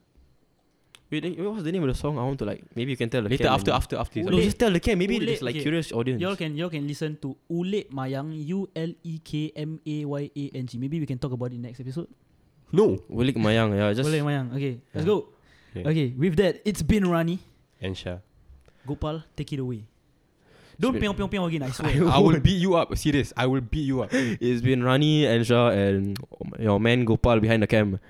[SPEAKER 4] Wait, then what was the name of the song? I want to like maybe you can tell the
[SPEAKER 2] Later
[SPEAKER 4] Ken
[SPEAKER 2] after
[SPEAKER 4] and-
[SPEAKER 2] after after. this,
[SPEAKER 3] Who
[SPEAKER 2] okay. Oh,
[SPEAKER 4] No,
[SPEAKER 3] Ulit.
[SPEAKER 4] just tell the Ken. Maybe
[SPEAKER 3] Ulit,
[SPEAKER 4] it's like
[SPEAKER 3] okay.
[SPEAKER 4] curious audience.
[SPEAKER 3] Y'all can y'all can listen to Ulet Mayang U L E K M A Y A N G. Maybe we can talk about it next episode.
[SPEAKER 2] No.
[SPEAKER 4] Ulik Mayang, yeah, just
[SPEAKER 3] Ulit Mayang. Okay, let's
[SPEAKER 4] Yeah.
[SPEAKER 3] go.
[SPEAKER 2] Yeah.
[SPEAKER 3] Okay, with that, it's been Rani.
[SPEAKER 2] Ensha.
[SPEAKER 3] Gopal, take it away. Don't
[SPEAKER 4] Spit.
[SPEAKER 3] ping ping ping again. I swear.
[SPEAKER 2] I will beat you up. Serious. I will beat you up.
[SPEAKER 4] It's been Rani, Ansha, and your man Gopal behind the cam.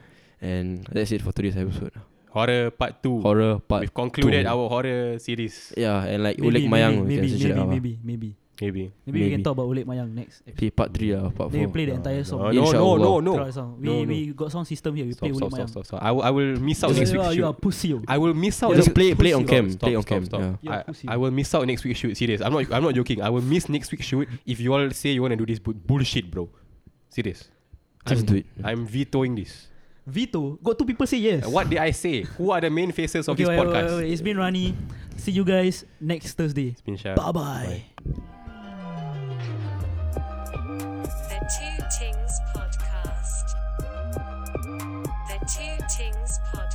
[SPEAKER 4] And that's it for today's episode.
[SPEAKER 2] Horror part two.
[SPEAKER 4] Horror part.
[SPEAKER 2] We've concluded
[SPEAKER 4] two.
[SPEAKER 2] our horror series.
[SPEAKER 4] Yeah, and like
[SPEAKER 3] Maybe,
[SPEAKER 4] Ulik Mayang.
[SPEAKER 3] maybe,
[SPEAKER 4] we can
[SPEAKER 3] maybe,
[SPEAKER 4] search it
[SPEAKER 3] maybe,
[SPEAKER 4] out,
[SPEAKER 3] maybe, maybe,
[SPEAKER 2] Maybe.
[SPEAKER 3] maybe, we can
[SPEAKER 4] Maybe.
[SPEAKER 3] talk about Ulit Mayang next.
[SPEAKER 4] ah. Okay, part 3 lah, part 4.
[SPEAKER 3] Then we play the entire song. oh,
[SPEAKER 2] No, no, no, Oh, no, no.
[SPEAKER 3] Throughout the song. We,
[SPEAKER 2] No, no.
[SPEAKER 3] we got sound system here. We
[SPEAKER 2] Stop,
[SPEAKER 3] play Ulit
[SPEAKER 2] stop, stop,
[SPEAKER 3] Mayang.
[SPEAKER 2] stop, stop. I will, I will miss out
[SPEAKER 3] You
[SPEAKER 2] next
[SPEAKER 3] are- you
[SPEAKER 2] week's
[SPEAKER 3] are- You are
[SPEAKER 2] shoot.
[SPEAKER 3] pussy. yo.
[SPEAKER 2] I will miss out.
[SPEAKER 4] Just
[SPEAKER 2] next-
[SPEAKER 4] play- play on
[SPEAKER 2] Stop,
[SPEAKER 4] cam,
[SPEAKER 2] stop,
[SPEAKER 4] play on
[SPEAKER 2] stop,
[SPEAKER 4] cam,
[SPEAKER 2] stop.
[SPEAKER 4] yeah.
[SPEAKER 3] You are pussy.
[SPEAKER 2] I, I will miss out next week's shoot. Serious. I'm not. I'm not joking. I will miss next week's shoot if you all say you want to do this bu- bullshit, bro. Serious.
[SPEAKER 4] Just do it.
[SPEAKER 2] I'm vetoing this.
[SPEAKER 3] Vito, got two people say yes.
[SPEAKER 2] What did I say? Who are the main faces of this
[SPEAKER 3] Okay, wait, wait,
[SPEAKER 2] podcast?
[SPEAKER 3] wait, wait. It's been Rani. See you guys next Thursday.
[SPEAKER 2] It's been Shah.
[SPEAKER 3] Bye bye.
[SPEAKER 1] The Two Tings Podcast. The Two Tings Podcast.